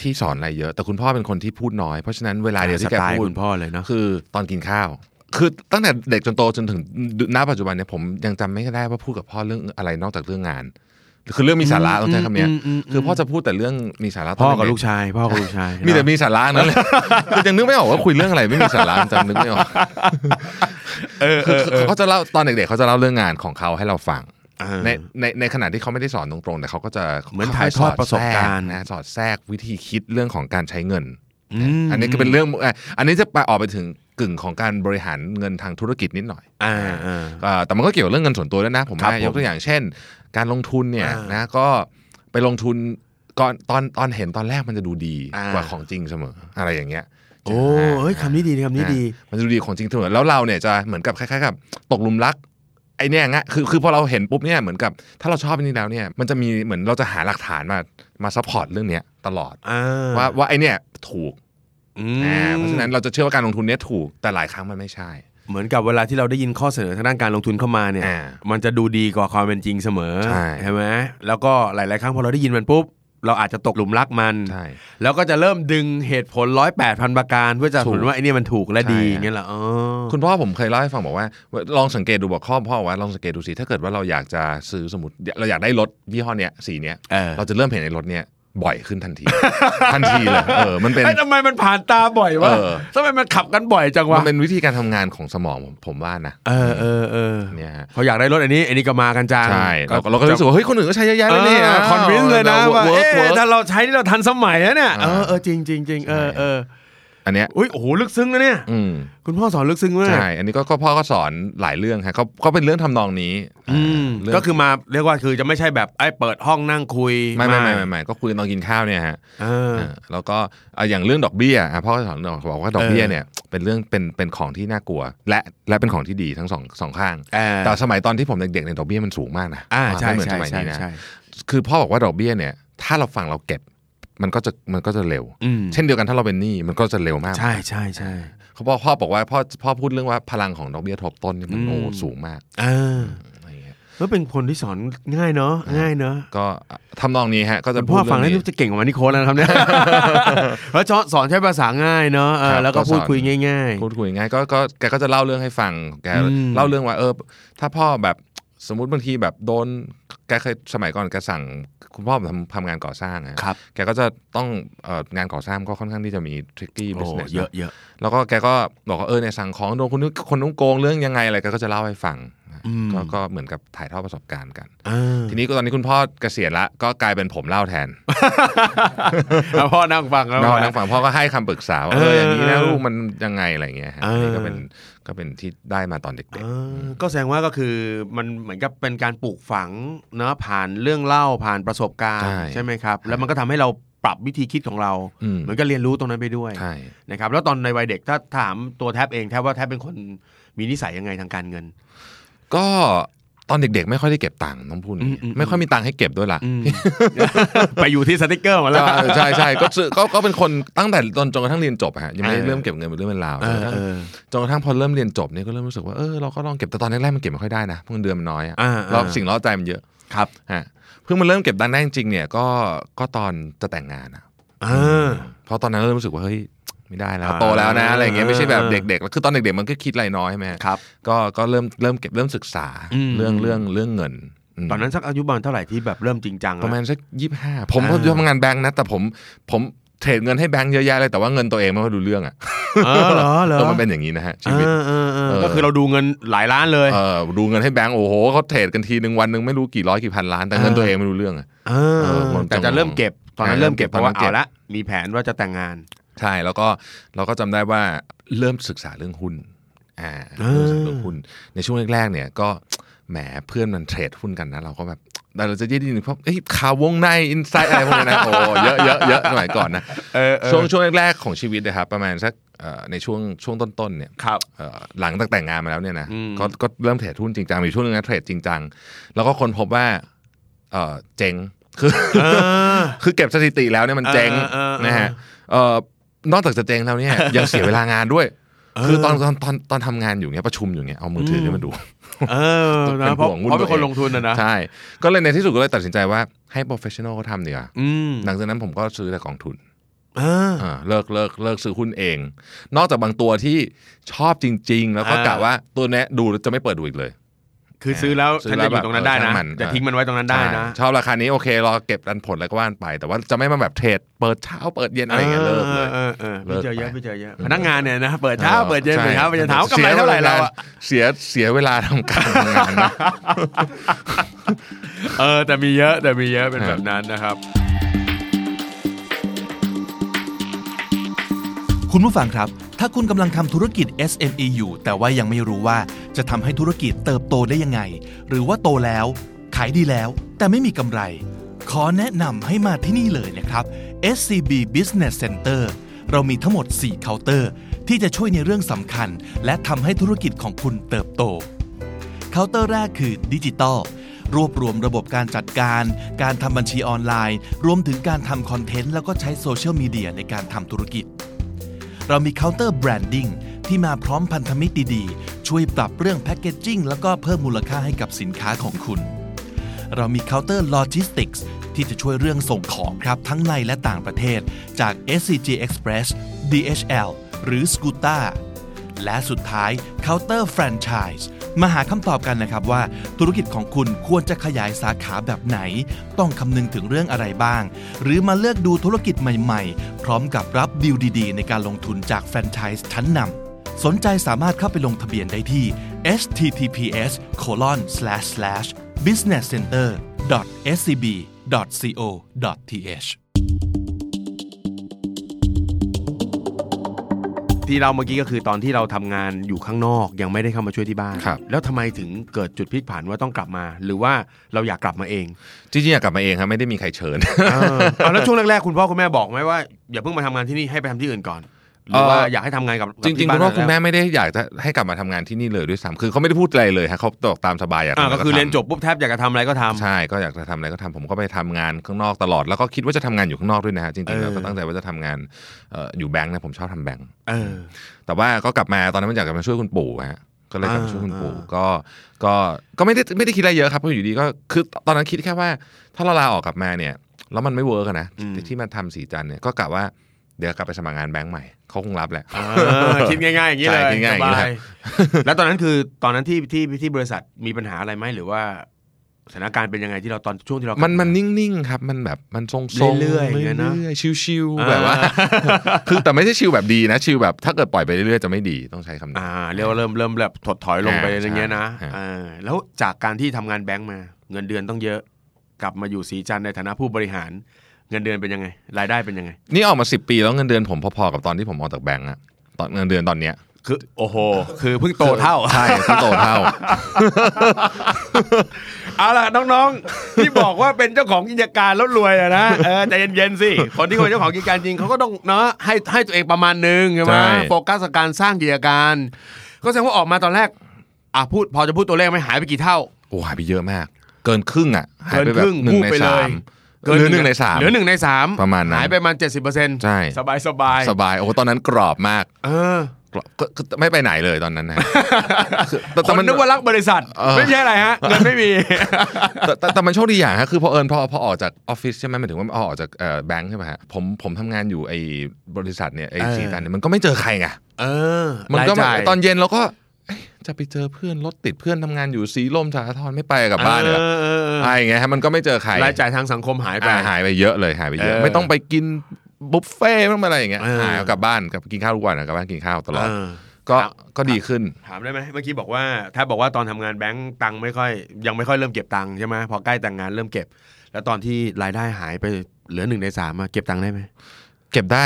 S2: ที่สอนอะไรเยอะ แต่คุณพ่อเป็นคนที่พูดน้อยเพราะฉะนั้นเวลาเดียวที่แก
S1: สไตล์
S2: พูด
S1: คุณพ่อเลยเนาะ
S2: คือตอนกินข้าว คือตั้งแต่เด็กจนโตจนถึงณปัจจุบันเนี่ยผมยังจำไม่ได้ว่าพูดกับพ่อเรื่องอะไรนอกจากเรื่องงาน คือเรื่องมีสาระต้องใช้คำเนี้ย
S1: อืมอืมอืม
S2: คือพ่อจะพูดแต่เรื่องมีสาระ
S1: พ่อ
S2: ตน
S1: กับ
S2: เด็ๆ
S1: ลูกชายพ่อกับลูกชาย
S2: มีแต่
S1: เนอะ
S2: มีสาระ
S1: <laughs>
S2: นั่นแหละคือยังนึกไม่ออกว่าคุยเรื่องอะไรไม่มีสาระจำนึกไม่ออก
S1: เออเอ
S2: คือ
S1: อเออ
S2: เขาจะเล่าตอนเด็กๆเขาจะเล่าเรื่องงานของเขาให้เราฟัง
S1: เออ
S2: ในในในขณะที่เขาไม่ได้สอนตรงๆ แต่เขาก็จะ
S1: เหมือนถ่ายทอดประสบการณ์
S2: นะสอดแทรกวิธีคิดเรื่องของการใช้เงิน
S1: ม
S2: อันนี้ก็เป็นเรื่องอ่ะอันนี้จะไปออกไปถึงกึ่งของการบริหารเงินทางธุรกิจนิดหน่อย
S1: อ่าอ่า
S2: เอ่อแต่มันก็เกี่ยวกับเรื่องเงินส่วนตัวด้วยนะ ผม
S1: ครับผ
S2: ว่า
S1: ม
S2: ยกตัวอย่างเช่น การลงทุนเนี่ย
S1: อ่าน
S2: นะก็ไปลงทุนก่อนตอนตอนเห็นตอนแรกมันจะดูดี
S1: อ่าก ก
S2: ว่าของจริงเสมออะไรอย่างเงี้ย
S1: โอ้เฮ้ยคำนี้ดีคำนี้ดี
S2: มันจะดูดีของจริงเสมอแล้วเราเนี่ยจะเหมือนกับคล้ายๆกับตกหลุมรักไอเนี่ยงะคือคือพอเราเห็นปุ๊บเนี่ยเหมือนกับถ้าเราชอบอันนี้แล้วเนี่ยมันจะมีเหมือนเราจะหาหลักฐานมามาซัพพอร์ตเรื่องเนี้ยตลอด
S1: อ่า
S2: ว่าว่าไอเนี่ยถูก
S1: อืม
S2: อ่าเพราะฉะนั้นเราจะเชื่อว่าการลงทุนเนี้ยถูกแต่หลายครั้งมันไม่ใช่
S1: เหมือนกับเวลาที่เราได้ยินข้อเสนอทางด้านการลงทุนเข้ามาเนี่ย
S2: อ่า
S1: มันจะดูดีกว่าความเป็นจริงเสมอ
S2: ใช่
S1: ไหมแล้วก็หลาย ๆ ครั้งพอเราได้ยินมันปุ๊บ เราอาจจะตกหลุมรักมัน
S2: ใช่
S1: แล้วก็จะเริ่มดึงเหตุผลร้อยแปดพันประการ เพื่อจะผ
S2: ถูก
S1: ลว่าไอ้เนี่ยมันถูกและดี
S2: ใช่
S1: อย่างเงี้ยเหรออ๋อ
S2: คุณพ่อผมเคยเล่าให้ฟังบอกว่า ลองสังเกตดูบอกข้อพ่อว่าลองสังเกตดูสิถ้าเกิดว่าเราอยากจะซื้อสมมติเราอยากได้รถยี่ห้อเนี้ยสีเนี้ย
S1: เออ
S2: เราจะเริ่มเห็นในรถเนี้ยบ่อยขึ้นทันที ทันทีเลยเออ <laughs> มันเป็น
S1: เอ้ยทำไมมันผ่านตาบ่อยวะ
S2: เออ
S1: ทำไมมันขับกันบ่อยจัง
S2: มั
S1: วะ
S2: นเป็นวิธีการทำงานของสมองผมผมว่านะ
S1: เออเออเออ
S2: เนี่ยฮะ
S1: เขาอยากได้รถอันนี้อันนี้ก็มากันจัง
S2: ใช่เราก็เราก็รู้สึกว่าเฮ้ยคนอื่นก็ใช้เยอะแยะเลยเนี่ย
S1: คอนวินเลยนะว่า
S2: เวิร์ก
S1: เอ๊ะ
S2: เวิร์ก
S1: ถ้าเราใช้นี่เราทันสมัยแล้วเนี่ย
S2: อ่า
S1: เออเออจริงจริงจริงเออ
S2: ใช่
S1: เออ
S2: อันเนี้ย
S1: อุ้ยโอ้โหลึกซึ้งนะเนี่ย
S2: อืม
S1: คุณพ่อสอนลึกซึ้งมาก
S2: ใช่อันนี้ก็ก็พ่อก็สอนหลายเรื่องฮะก็ก็เป็นเรื่องทำนองนี้
S1: อืม
S2: เรื่ง
S1: ก็คือมาเรียกว่าคือจะไม่ใช่แบบไอ้เปิดห้องนั่งคุย
S2: ไม่ไม่ไม่ไม่ไม่ก็คุยตอนกินข้าวเนี่ยฮะ
S1: เออ
S2: เออแล้วก็เอาอย่างเรื่องดอกเบี้ยอ่ะพ่อสอนบอกว่าดอกเบี้ย
S1: เออ
S2: เนี่ยเป็นเรื่องเป็นเป็นของที่น่ากลัว และและเป็นของที่ดีทั้งสองสองข้าง
S1: เออ
S2: แต่สมัยตอนที่ผมเด็กๆเนี่ยดอกเบี้ยมันสูงมากนะ
S1: อ่าใช่
S2: ไม่เหมืน
S1: ใช่
S2: สมัย
S1: ใช่
S2: นี้นะ
S1: ใช่
S2: คือพ่อบอกว่าดอกเบี้ยเนี่ยถ้าเราฟังเราเก็บมันก็จะมันก็จะเร็ว
S1: อืม
S2: เช่นเดียวกันถ้าเราเป็นหนี้มันก็จะเร็วมาก
S1: ใช่ใช่ใช่
S2: เขาบอกพ่อบอกว่าพ่อพ่อพูดเรื่องว่าพลังของดอกเบี้ยทบต้นเนี่ยมัน
S1: อืม
S2: โอ้สูงมาก
S1: เออ
S2: อะไรอย่างเงี้ย
S1: แล้วเป็นคนที่สอนง่ายเนาะง่ายเนาะ
S2: ก็ทำนองนี้ฮะก็จะ
S1: คุณ
S2: พู
S1: พ่
S2: ด
S1: อฟั
S2: เรื่
S1: ง
S2: อง
S1: แล้ว
S2: นี้
S1: รู้จะเก่งกว่านิโคสแล้วนะครับเนี่ย
S2: <laughs>
S1: แล้วสอนใช้ภาษาง่ายเนาะเออ
S2: ครับ
S1: แล้วก็
S2: ก็สอน
S1: พูดคุยง่าย
S2: พูดคุยง่ายก็ก็แกก็จะเล่าเรื่องให้ฟังแก
S1: อืม
S2: เล่าเรื่องว่าเออ ถ้าพ่อแบบสมมติบางทีแบบโดนแกเคยสมัยก่อนแกสั่งคุณพ่อผมทำทำงานก่อสร้างอะ
S1: ๆ ครับ
S2: แกก็จะต้องเอ่องานก่อสร้างก็ค่อนข้างที่จะมีทริกกี้บิ
S1: โอ้
S2: สเนส
S1: เยอะเยอะ
S2: แล้วก็แกก็บอกว่าเออเนี่ยสั่งของโดนคนนู้นคนนู้นโกงเรื่องยังไงอะไรแกก็จะเล่าให้ฟัง
S1: อืม
S2: ก็ก็เหมือนกับถ่ายทอดประสบการณ์กัน
S1: เออ
S2: ทีนี้ก็ตอนนี้คุณพ่อเกษียณละก็กลายเป็นผมเล่าแทน
S1: เอาพ่อนั่งฟังแล้ว
S2: พ่อนั่งฟังพ่อก็ให้คำปรึกษาว่าเอ
S1: เออ
S2: อ
S1: อ
S2: อย่างนี้นะ
S1: เออ
S2: ลูกมันยังไงอะไรอย่างเงี้ยฮะ
S1: เอออั
S2: นนี้ก็เป็นก็เป็นที่ได้มาตอนเด็กๆ
S1: อ่าก็แสดงว่าก็คือมันเหมือนกับเป็นการปลูกฝังเนาะผ่านเรื่องเล่าผ่านประสบการณ์
S2: ใช่
S1: ใช่ไหมครับ แล้วมันก็ทำให้เราปรับวิธีคิดของเรา
S2: อืม
S1: เหมือนก็เรียนรู้ตรงนั้นไปด้วย
S2: ใช่
S1: นะครับแล้วตอนในวัยเด็กถ้าถามตัวแทบเองแทบว่าแทบเป็นคนมีนิสัยยังไงทางการเงิน
S2: ก็ตอนเด็กๆ ไม่ค่อยได้เก็บตังค์น้องพุ่น
S1: อืมอืม
S2: ไม่ค่อยมีตังค์ให้เก็บด้วยล่ะ
S1: อืม <laughs> ไปอยู่ที่สติกเกอร์หมาแล้ว <laughs>
S2: ใช่ใช่ใช่ก็ซื้อก็ก็เป็นคนตั้งแต่ตอนจนกระทั่งเรียนจบอะฮะยังไม่ได้
S1: เออ
S2: เริ่มเก็บเงินเป็นเรื่องเป็นราว
S1: เอ
S2: จน
S1: อกเอง อ
S2: ระทั่จนกระทั่งพอเริ่มเรียนจบเนี่ยก็เริ่มรู้สึกว่าเออเราก็ลองเก็บแต่ตอนแรกๆมันเก็บไม่ค่อยได้นะเพราะเงินเดือนมันน้อยอะ
S1: อ่า
S2: เรา
S1: อ่า
S2: สิ่งล้อใจมันเยอะ
S1: ครับ
S2: ฮะเพิ่งมาเริ่มเก็บตังค์ได้จริงๆเนี่ยก็ก็ตอนจะแต่งงานอะ
S1: เออ
S2: เพราะตอนนั้นเริ่มรู้สึกว่าเฮ้ยไม่ได้แล้ว
S1: อ่า
S2: โตแล้วนะอะไรอย่างเงี้ยไม่ใช่แบบ
S1: เออ
S2: เด็กๆแล้วคือตอนเด็กๆมันก็คิดอะไรน้อยใช่ไหมฮะ
S1: ครับ
S2: ก็ก็เริ่มเริ่มเก็บเริ่มศึกษา
S1: อืม
S2: เรื่องเรื่องเรื่องเงินม
S1: ตอนนั้นสักอายุประมาณเท่าไหร่ที่แบบเริ่มจริงจัง
S2: ประมา
S1: อะ
S2: ณสักยี่ห้าผม
S1: อ่า
S2: ทำงานแบงค์นะ แต่ผมผมเทรดเงินให้แบงค์เยอะแยะเลยแต่ว่าเงินตัวเองไม่ค่อยดูเรื่องอ่ะ
S1: เออเหรอเหร
S2: เอ
S1: อ
S2: อมันเป็นอย่างนี้นะฮะชีวิต
S1: เออเออเออ
S2: เออ
S1: ก็คือเราดูเงินหลายล้านเลย
S2: เออดูเงินให้แบงค์โอ้โหเขาเทรดกันทีหนึ่งวันหนึ่งไม่รู้กี่ร้อยกี่พันล้านแต่เงิน
S1: เออ
S2: ตัวเองไม่รู้เรื่องอะ
S1: เออ
S2: เออมัน
S1: แต่จะเริ่มเก็บตอนนั้น
S2: อ่า
S1: เริ่มเก็บเพราะว่า
S2: เริ่มเก็
S1: เอา
S2: บ
S1: ละมีแผนว่าจะแต่งงาน
S2: ใช่แล้วก็เราก็จำได้ว่าเริ่มศึกษาเรื่องหุ้นอ่า
S1: อ่า
S2: เริ่มศึกษาเรื่องหุ้นในช่วงแรกๆเนี่ยก็แหมเพื่อนมันเทรดหุ้นกันนะเราก็แบบแต่เราจะได้ยินพวกเอ้ยข่าววงในอินไซด์อะไรพวกนี้นะโอ้เยอะเยอะเยอะสมัยก่อนนะ
S1: เออ
S2: ช่วงช่วงแรกๆของชีวิตนะครับประมาณสักเอ่อในช่วงช่วงต้นๆเนี่ย
S1: ครับ
S2: เอ่อหลังจากแต่งงานมาแล้วเนี่ยนะ
S1: อืม
S2: ก็ก็เริ่มเทรดหุ้นจริงจังมีช่วงนึงนะเทรดจริงจังแล้วก็คนพบว่าเอ่อเจ๊งคือ
S1: เออ
S2: คือเก็บสถิติแล้วเนี่ยมันเจ๊ง
S1: เออเออเออ
S2: นะฮะเอ่อนอกจากจะเจ๊งแล้ว
S1: <laughs>
S2: เนี่ย ยังเสียเวลางานด้วย
S1: เออ
S2: คือตอนตอนตอนตอนทำงานอยู่เนี่ยประชุมอยู่เนี่ยเอามือถือขึ้นมาดู
S1: เออ
S2: เป็น
S1: นะเพราะ
S2: ห่วงหุ้น
S1: เพราะเป็น
S2: ตัว
S1: ค
S2: เอน ง
S1: ลงทุนนะนะ
S2: ใช่ก็เลยในที่สุดก็เลยตัดสินใจว่าให้ professional เขาทำดีกว่า
S1: อืม
S2: หลังจากนั้นผมก็ซื้อแต่กองทุน
S1: เออ
S2: อ่าเลิกเลิกเลิกซื้อหุ้นเอง นอกจากบางตัวที่ชอบจริง ๆ แล้วก็
S1: อ่าก
S2: กะว่าตัวเนี้ยดูแล้วจะไม่เปิดดูอีกเลย
S1: คือซื้อแล้ว
S2: ซื้อ
S1: ฉัน
S2: แล้ว
S1: จะอยู่ตรงนั้นได้
S2: แบบ
S1: นะ
S2: ช่างมัน
S1: จะทิ้งมันไว้ตรงนั้นได้นะ
S2: อ่าชอบราคานี้โอเครอเก็บดันผลแล้วก็ว่านไป แต่ว่าจะไม่มาแบบเทรดเปิดเช้าเปิดเย็นอะไรอย่างเงี้ยเลิกเลย
S1: เออออ
S2: เลิ
S1: พี่
S2: ก
S1: เจอเยอะ
S2: ไป
S1: พี่เจอเยอะพนักงานเนี่ยนะเปิดเช้าเปิดเย็นเปิดเช้าเปิดเย็นถามว่ากำ
S2: สี
S1: ไร
S2: ย
S1: เท่าไหร่เราอะ
S2: เสียเสียเวลาทำการทำงาน
S1: <laughs>
S2: นะ
S1: เออแต่มีเยอะแต่มีเยอะเป็นแบบนั้นนะครับ
S3: คุณผู้ฟังครับ ถ้าคุณกำลังทำธุรกิจ SME อยู่ แต่ว่ายังไม่รู้ว่าจะทำให้ธุรกิจเติบโตได้ยังไง หรือว่าโตแล้ว ขายดีแล้ว แต่ไม่มีกำไร ขอแนะนำให้มาที่นี่เลยนะครับ SCB Business Center เรามีทั้งหมด 4 เคาน์เตอร์ ที่จะช่วยในเรื่องสำคัญ และทำให้ธุรกิจของคุณเติบโต เคาน์เตอร์แรกคือดิจิตอลรวบรวมระบบการจัดการ การทำบัญชีออนไลน์ รวมถึงการทำคอนเทนต์แล้วก็ใช้โซเชียลมีเดียในการทำธุรกิจ เรามีเคาน์เตอร์แบรนดิ้ง ที่มาพร้อมพันธมิตรดีๆ ช่วยปรับเรื่องแพคเกจจิ้งแล้วก็เพิ่มมูลค่าให้กับสินค้าของคุณ เรามีเคาน์เตอร์โลจิสติกส์ที่จะช่วยเรื่องส่งของครับ ทั้งในและต่างประเทศจาก SCG Express DHL หรือ Scuta และสุดท้ายเคาน์เตอร์แฟรนไชส์มาหาคำตอบกันนะครับว่า ธุรกิจของคุณควรจะขยายสาขาแบบไหน ต้องคำนึงถึงเรื่องอะไรบ้าง หรือมาเลือกดูธุรกิจใหม่ๆ พร้อมกับรับดีลดีๆ ในการลงทุนจากแฟรนไชส์ชั้นนำ สนใจสามารถเข้าไปลงทะเบียนได้ที่ https colon slash slash business center scb co th
S1: ที่เราเมื่อกี้ก็คือตอนที่เราทำงานอยู่ข้างนอกยังไม่ได้เข้ามาช่วยที่บ้าน
S2: ครับ
S1: แล้วทำไมถึงเกิดจุดพลิกผันว่าต้องกลับมา หรือว่าเราอยากกลับมาเอง
S2: จริงๆอยากกลับมาเองครับไม่ได้มีใครเชิญ
S1: เอาแล้วช่วงแรกๆคุณพ่อคุณแม่บอกไหมว่าอย่าเพิ่งมาทำงานที่นี่ให้ไปทำที่อื่นก่อนหรือว่า
S2: เอ่อ
S1: อ
S2: อ
S1: ยากให้ทำงานกับกับ
S2: จริง
S1: ที่
S2: ๆ
S1: บ้า
S2: คุณ
S1: น
S2: พ่อคุณแม่
S1: แล้ว
S2: ไม่ได้อยากจะให้กลับมาทำงานที่นี่เลยด้วยซ้ำคือเขาไม่ได้พูดอะไรเลยฮะเขาตกตามสบายอยากทำ
S1: อ่า
S2: อะไร
S1: ก็คือ
S2: ทำ
S1: เรียนจบปุ๊บแทบอยากจะทำอะไรก็ทำ
S2: ใช่ก็อยากจะทำอะไรก็ทำผมก็ไปทำงานข้างนอกตลอด แล้วก็คิดว่าจะทำงานอยู่ข้างนอกด้วยนะฮะจริงๆแล้วก็ตั้งใจว่าจะทำงานเอ่ออยู่แบงค์นะผมชอบทำแบงค์
S1: เออ
S2: แต่ว่าก็กลับมาตอนนั้นมันอยากกลับมาช่วยคุณปู่ฮะก็เลยกลับมาช่วยคุณปู่
S1: อ่า
S2: ก็ก็ก็ไม่ได้ไม่ได้คิดอะไรเยอะครับเพราะอยู่ดีก็คือตอนนั้นคิดแค่ว่า ถ้าเราลาออกกลับมาเนี่ย แล้วมันไม่เวิร์กอะนะที่ที่มาทำสีจันเนี่ยก็กะว่าเดี๋ยวกลับไปสมัครงานแบงค์ใหม่เขาคงรับแหละ
S1: เออคิดง่ายๆ <laughs> อย่างนี้เลย
S2: ใช่คิดง่ายอย่างนี้
S1: ส
S2: ครับ บ
S1: แล้วตอนนั้นคือตอนนั้นที่ที่ที่บริษัทมีปัญหาอะไรไหมหรือว่าสถานการณ์เป็นยังไงที่เราตอนช่วงที่เรา
S2: มั
S1: มั
S2: นมันนิ่งๆครับมันแบบมันทรงๆ
S1: เรื่อยๆอย่างเงี้ยนะ
S2: รื่อยๆชิว
S1: อ่า
S2: ๆแบบว่า <laughs> คือแต่ไม่ใช่ชิวแบบดีนะ ชิวแบบถ้าเกิดปล่อยไปเรื่อยๆจะไม่ดีต้องใช้คำนี้
S1: อ่าเรียกว่าเริ่มเริ่มแบบถดถอยลงไป
S2: อ่า
S1: อย่างเงี้ยนะ
S2: ใช่ฮะ
S1: เออแล้วจากการที่ทำงานแบงก์มา เงินเดือนต้องเยอะ กลับมาอยู่สีจันทร์ในฐานะผู้บริหาร เงินเดือนเป็นยังไง รายได้เป็นยังไง
S2: นี่ออกมา 10 ปีแล้วเงินเดือนผมพอๆกับตอนที่ผมออกจากแบงก์อะตอนเงินเดือนตอนเนี้ย
S1: คือ โอ้โห คือเพิ่งโตเท่า
S2: ใช่เพิ่งโตเท่า
S1: เอาล่ะน้องๆ ที่บอกว่าเป็นเจ้าของกิจการแล้วรวยอะนะเออใจเย็นๆสิคนที่เป็นเจ้าของกิจการจริงเขาก็ต้องเนาะให้ให้ตัวเองประมาณนึงใช่ไหม
S2: ใช่
S1: โฟกัสกับการสร้างกิจการ ก็แสดงว่าออกมาตอนแรกอ่ะพูดพอจะพูดตัวเลขไหมหายไปกี่เท่า
S2: โอ้หายไปเยอะมาก เกินครึ่งอะหายไปแบ
S1: เกินค
S2: บ
S1: รึ่ง
S2: หนึ่งใน
S1: วูบไปเล
S2: สาม
S1: ย
S2: เหลือหนึ่งในสาม
S1: เหลือหนึ่งในสาม
S2: ประมาณนั้น
S1: หายไปประมาณเจ็ดสิบเปอร์เซ็นต์
S2: ใช่
S1: สบายสบาย
S2: สบายโอ้โหตอนนั้นกรอบมาก
S1: เออก
S2: รอบก็ก็ไม่ไปไหนเลยตอน
S1: <laughs>
S2: นั้นนะคือแต่
S1: ค
S2: แต่มัน น
S1: นึกว่ารักบริษัท
S2: เออ
S1: ไม่ใช่อะไรฮะเงินไม่มี
S2: แต่แต่แต่มันโชคดีอย่างฮะคือพอเอิญพอพอออกจากออฟฟิศใช่ไหมหมายถึงว่าพอออกจากเอ่อแบงค์ใช่ไหมฮะผมผมทำงานอยู่ไอ้บริษัทเนี่ยไอ้
S1: เออ
S2: สีตันเนี่ยมันก็ไม่เจอใครไง
S1: เออ
S2: มันก็
S1: รายจ่าย
S2: ตอนเย็นเราก็เอ๊ะจะไปเจอเพื่อนรถติดเพื่อนทำงานอยู่สีลมสาทรไม่ไปกลับบ้านเลย
S1: ออออเออ
S2: อะไรอย่างเงี้ยฮะมันก็ไม่เจอใคร
S1: รายจ่ายทางสังคมหายไป
S2: อ่าหายไปเยอะเลยหายไปเยอะ
S1: เออ
S2: ไม่ต้องไปกินบุฟเฟ่ต์ไม่ต้องไปอะไรอย่างเงี้ย
S1: เออ
S2: หายกลับบ้านกลับกินข้าวทุกวันอะกลับบ้านกินข้าวตลอด
S1: เออ
S2: ก็
S1: ครับ
S2: ก็ดีขึ้น
S1: ถามได้ไหมเมื่อกี้บอกว่า ถ้าบอกว่าตอนทำงานแบงค์ตังค์ไม่ค่อย ยังไม่ค่อยเริ่มเก็บตังค์ใช่ไหมพอใกล้แต่งงานเริ่มเก็บ แล้วตอนที่รายได้หายไปเหลือหนึ่งในสามอะเก็บตังค์ได้ไหม
S2: เก็บได้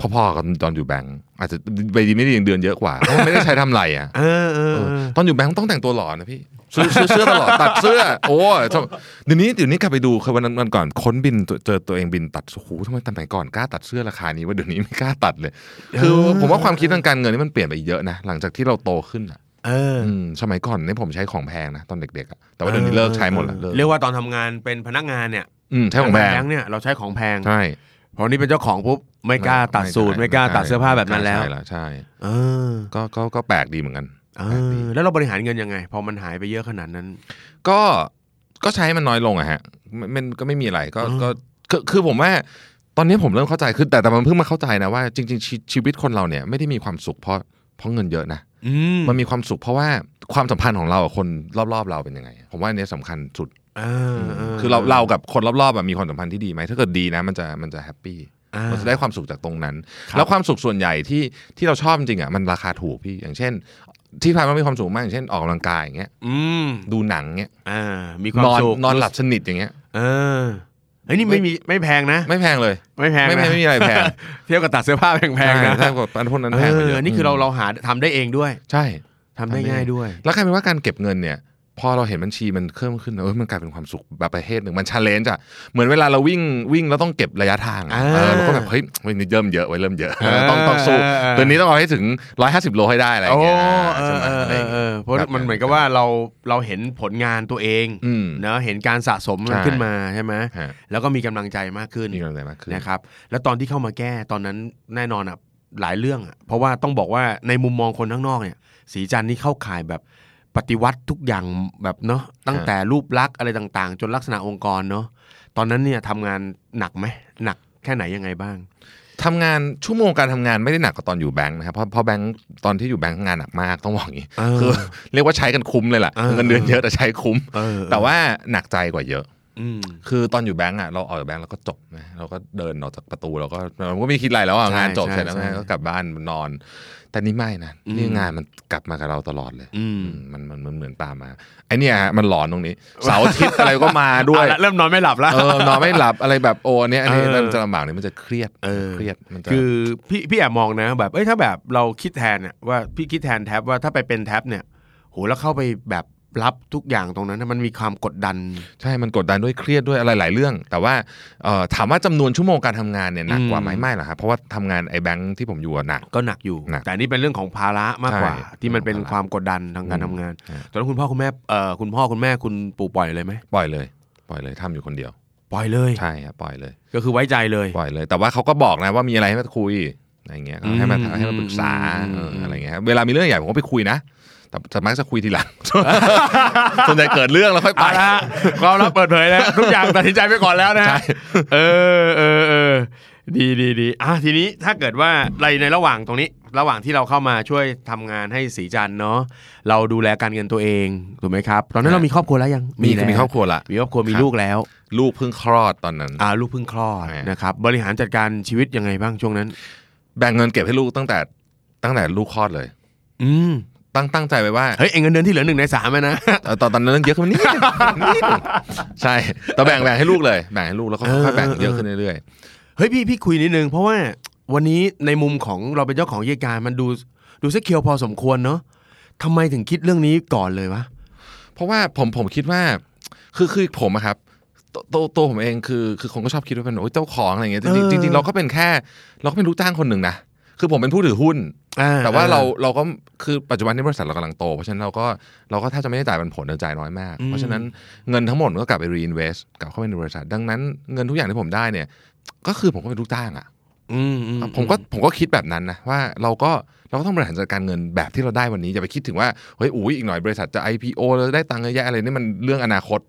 S2: พอๆกับตอนอยู่แบงค์อาจจะไปดีไม่ดีอย่างเดือนเยอะกว่าเพราะมันไม่ได้ใช้ทำไรอะ
S1: เออเออ
S2: เออตอนอยู่แบงค์ต้องแต่งตัวหล่อนะพี่ซื้อซื้อเสื้อตลอดตัดเสื้อ <laughs> โอ้ยชอบเดี๋ยวนี้เดี๋ยวนี้กลับไปดูเคยวันนั้นวันก่อนค้นบินตัวเจอตัวเองบินตัดโอ้โหทำไมตั้งแต่ก่อนกล้าตัดเสื้อราคานี้ว่าเดี๋ยวนี้ไม่กล้าตัดเลย คือผมว่าความคิดทางการเงินนี่มันเปลี่ยนไปเยอะนะ หลังจากที่เราโตขึ้นอ่ะ
S1: เออ
S2: อืมสมัยก่อนเนี่ยผมใช้ของแพงนะตอนเด็กๆอะแต่ว่าเดี๋ยวนี้เลิกใช้หมดแล้วเลิก
S1: เรียกว่าตอนทำงานเป็นพนักงานเนี่ย
S2: อืมใช้ของแพง
S1: ทำานค์เนี่ยเราใช้ของแพง
S2: ใช่
S1: พอนี้เป็นเจ้าของปุ๊บไม่กล้าตัดสูตรไม่กล้าตัดเสื้อผ้าแบบนั้นแล้ว
S2: ใช่ใช่
S1: เออ
S2: ก็ก็ก็แปลกดีเหมือนกัน
S1: เออแล้วเราบริหารเงินยังไง พอมันหายไปเยอะขนาดนั้น
S2: ก็ก็ใช้มันน้อยลงอะฮะมันมันก็ไม่มีอะไรก็
S1: อืม
S2: ก็คือคือผมว่า ตอนนี้ผมเริ่มเข้าใจคือแต่แต่มันเพิ่งมาเข้าใจนะว่าจริงๆชีชีวิตคนเราเนี่ยไม่ได้มีความสุขเพราะเพราะเงินเยอะนะ
S1: อืม
S2: มันมีความสุขเพราะว่าความสัมพันธ์ของเรากับคนรอบๆเราเป็นยังไง ผมว่าอันเนี้ยสำคัญสุด
S1: เออเออ
S2: คือเราเรากับคนรอบๆแบบมีความสัมพันธ์ที่ดีไหมถ้าเกิดดีนะมันจะมันจะแฮปปี้
S1: อ่า
S2: มันจะได้ความสุขจากตรงนั้น
S1: ครับ
S2: แล้วความสุขส่วนใหญ่ที่ที่เราชอบจริงๆอ่ะมันราคาถูกพี่อย่างเช่น ที่ผ่านมามีความสุขมากอย่างเช่นออกกำลังกายอย่างเงี้ย
S1: อืม
S2: ดูหนังเงี้ย
S1: อ่ามีความ
S2: นอน
S1: สุข
S2: นอนหลับสนิทอย่างเงี้ย
S1: เออเฮ้ยนี่ไม่มีไม่แพงนะ
S2: ไม่แพงเลย
S1: ไม่แพง
S2: ไม่
S1: นะ
S2: ไม่ไม่มีอะไรแพง
S1: <laughs> เทียบกับตัดเสื้อผ้าแพงๆนะ
S2: ใช่กว่าอันพวกนั้น
S1: เอ
S2: แพงไปเย
S1: อ
S2: อะ
S1: นี่คือเราเราหาทำได้เองด้วย
S2: ใช่
S1: ทำได้
S2: ทำได้
S1: ง่ายด้วย
S2: แล้วกลายเป็นว่าการเก็บเงินเนี่ย พอเราเห็นบัญชีมันเพิ่มขึ้นเออมันกลายเป็นความสุขแบบประเภทหนึ่งมันชาเลนจ์อะเหมือนเวลาเราวิ่งวิ่งแล้วต้องเก็บระยะทางอะ
S1: อ่า
S2: เออเราก็แบบเฮ้ยวันนี้เริ่มเยอะไว้ยเริ่มเยอะ
S1: อ่า
S2: ต้องต้องสู้
S1: อ่าอ่า
S2: ตัวนี้ต้องเอาให้ถึง 150 โลให้ได้อะไรอ
S1: โอ้
S2: ย่างเงี้ย
S1: เอ
S2: ใช่
S1: อ
S2: ไหม
S1: เออ
S2: อะไร
S1: เอ
S2: อย่า
S1: องเออ
S2: เงี้ย
S1: เพราะมันเหมือนกับว่าเราเราเห็นผลงานตัวเอง
S2: อืม
S1: เนอะเห็นการสะสมมัน
S2: ใช่
S1: ขึ้นมาใช่ไหม
S2: ฮะ
S1: แล้วก็มีกำลังใจมากขึ้น
S2: มีกำลังใจมากขึ้น
S1: นะครับ แล้วตอนที่เข้ามาแก้ตอนนั้นแน่นอนอ่ะ หลายเรื่องอะเพราะว่าต้องบอกว่าในมุมมองคนข้างนอกเนี่ย สีจันทร์นี่เข้าข่ายแบบปฏิวัติทุกอย่างแบบเนาะตั้งแต่รูปลักษณ์อะไรต่างๆ จนลักษณะองค์กรเนาะตอนนั้นเนี่ยทำงานหนักไหมหนักแค่ไหนยังไงบ้าง
S2: ทำงานชั่วโมงการทำงานไม่ได้หนักกว่าตอนอยู่แบงค์นะครับเพราะเพราะแบงค์ตอนที่อยู่แบงค์งานหนักมากต้องบอกอย่างนี้
S1: เออ
S2: คือเรียกว่าใช้กันคุ้มเลยล่ะ
S1: เออ
S2: เงินเดือนเยอะแต่ใช้คุ้ม
S1: เออ
S2: แต่ว่าหนักใจกว่าเยอะ
S1: อืม
S2: คือตอนอยู่แบงก์อ่ะเราออกจากแบงก์เราก็จบนะเราก็เดินออกจากประตูเราก็เราก็ไม่คิดอะไรแล้วอ่ะ
S1: ใช่
S2: งานจบ
S1: ใช่
S2: เสร็จแล้ว
S1: ใช่
S2: ไงก็กลับบ้านนอน แต่นี่ไม่นะ
S1: อืม
S2: นี่งานมันกลับมากับเราตลอดเลย
S1: อืม
S2: อืมมันมันมันเหมือนตามมาไอเนี่ยฮะมันหลอนตรงนี้เสาร์อาทิตย์อะไรก็มาด้วย
S1: เอาละเริ่มนอนไม่หลับแล้ว
S2: เออนอนไม่หลับอะไรแบบโอ้อันเนี้ยอันนี้
S1: เออ
S2: มันจะลำบากเนี่ยมันจะเครียด
S1: เออ
S2: เครียดมันจะ
S1: คือพี่พี่แอบมองนะแบบเอ้ยถ้าแบบเราคิดแทนเนี่ยว่าพี่คิดแทนแท็บว่าถ้าไปเป็นแท็บเนี่ยโหแล้วเข้าไปแบบรับทุกอย่างตรงนั้นนะมันมีความกดดัน
S2: ใช่ มันกดดันด้วยเครียดด้วยอะไรหลายเรื่อง แต่ว่าเอ่อถามว่าจำนวนชั่วโมงการทำงานเนี่ยหนักกว่าไหม
S1: อืม
S2: ไม่หรอกครับ เพราะว่าทำงานไอ้แบงค์ที่ผมอยู่อะหนัก
S1: ก็หนักอยู่
S2: หนัก
S1: แต่อันนี่เป็นเรื่องของภาระมากกว่า
S2: ใช่
S1: ที่มันเป็น
S2: ภาระ
S1: ความกดดันทางการ
S2: อื
S1: ทำ
S2: ม
S1: งาน
S2: ใช่
S1: ตอนนั้นคุณพ่อคุณแม่เอ่อคุณพ่อคุณแม่คุณปู่ปล่อยเลยไหม
S2: ปล่อยเลย ปล่อยเลยทำอยู่คนเดียว
S1: ปล่อยเลย
S2: ใช่ครับปล่อยเลย
S1: ก็คือไว้ใจเลย
S2: ปล่อยเลย แต่ว่าเขาก็บอกนะว่ามีอะไรให้มาคุยอะไรเงี้ยก็ให้มา
S1: อืม
S2: ให้มาปรึกษา
S1: อืม
S2: เอออะไรเงี้ยครับเวลามีเรื่องใหญ่ผมก็ไปคุยนะ แต่แต่มักจะคุยทีหลัง <laughs> ส่วนใหญ่เกิดเรื่องแล้วค่อยไป
S1: เอาละฮะความลับเปิดเผย
S2: <laughs>
S1: แล้วทุกอย่างตัดสินใจไปก่อนแล้วนะฮะเออเออเออดีดีดีอ่ะทีนี้ถ้าเกิดว่าในในระหว่างตรงนี้ ระหว่างที่เราเข้ามาช่วยทำงานให้สีจันทร์เนาะเราดูแลการเงินตัวเองถูกไหมครับ ตอนนั้น
S2: ใช่
S1: เรามีครอบครัวแล้วยัง
S2: มี
S1: แล้ว
S2: มีครอบครัวละ
S1: มีครอบครัวมี
S2: ครับ
S1: ลูกแล้ว
S2: ลูกเพิ่งคลอดตอนนั้น
S1: อ่าลูกเพิ่งคลอด
S2: ใช่
S1: นะครับบริหารจัดการชีวิตยังไงบ้างช่วงนั้น
S2: แบ่งเงินเก็บให้ลูกตั้งแต่ตั้งแต่ลูกคลอดเลย
S1: อืม
S2: ตั้งตั้งใจไว้ว่า <laughs>
S1: เฮ้ยเองเงินเดือนที่เหลือหนึ่งในสามอะนะ <laughs>
S2: เอ่อตอนตอนนั้นเยอะขึ้นมานิดนึง <laughs> นิดนึงใช่แต่แบ่งแบ่งให้ลูกเลยแบ่งให้ลูกแล้วก็ค่อยๆแบ่งเยอะขึ้นเรื่อย
S1: เฮ้ยพี่พี่คุยนิดนึงเพราะว่าวันนี้ในมุมของเราเป็นเจ้าของกิจการมันดูดูเซ็กเคียวพอสมควรเนาะทำไมถึงคิดเรื่องนี้ก่อนเลยวะ
S2: ๆ เพราะว่าผมผมคิดว่าคือคือผมอะครับตัวตัวตัวผมเองคือคือคนก็ชอบคิดว่าเป็นโอ้ยเจ้าของอะไรอย่างเงี้ยจริง
S1: เออ
S2: ๆจริงๆเราก็เป็นแค่ เราก็เป็นลูกจ้างคนหนึ่งนะคือผมเป็นผู้ถือหุ้น
S1: อ่
S2: แต่ว่าเราเราก็คือปัจจุบันที่บริษัทเรากำลังโต เพราะฉะนั้นเราก็เราก็ถ้าจะไม่ได้จ่ายปันผลเราจ่ายน้อยมาก เพราะฉะนั้นเงินทั้งหมดก็กลับไป reinvest กลับเข้าไปในบริษัท ดังนั้นเงินทุกอย่างที่ผมได้เนี่ย ก็คือผมก็เป็นลูกจ้างอะ
S1: อืมอือื
S2: ผมก็ผมก็คิดแบบนั้นนะว่าเราก็เราก็ต้องบริหารจัดการเงินแบบที่เราได้วันนี้อย่าไปคิดถึงว่าเฮ้ยอุ้ยอีกหน่อยบริษัทจะ IPO แล้วได้ตังค์เยอะแยะอะไรนี่มันเรื่องอนาคต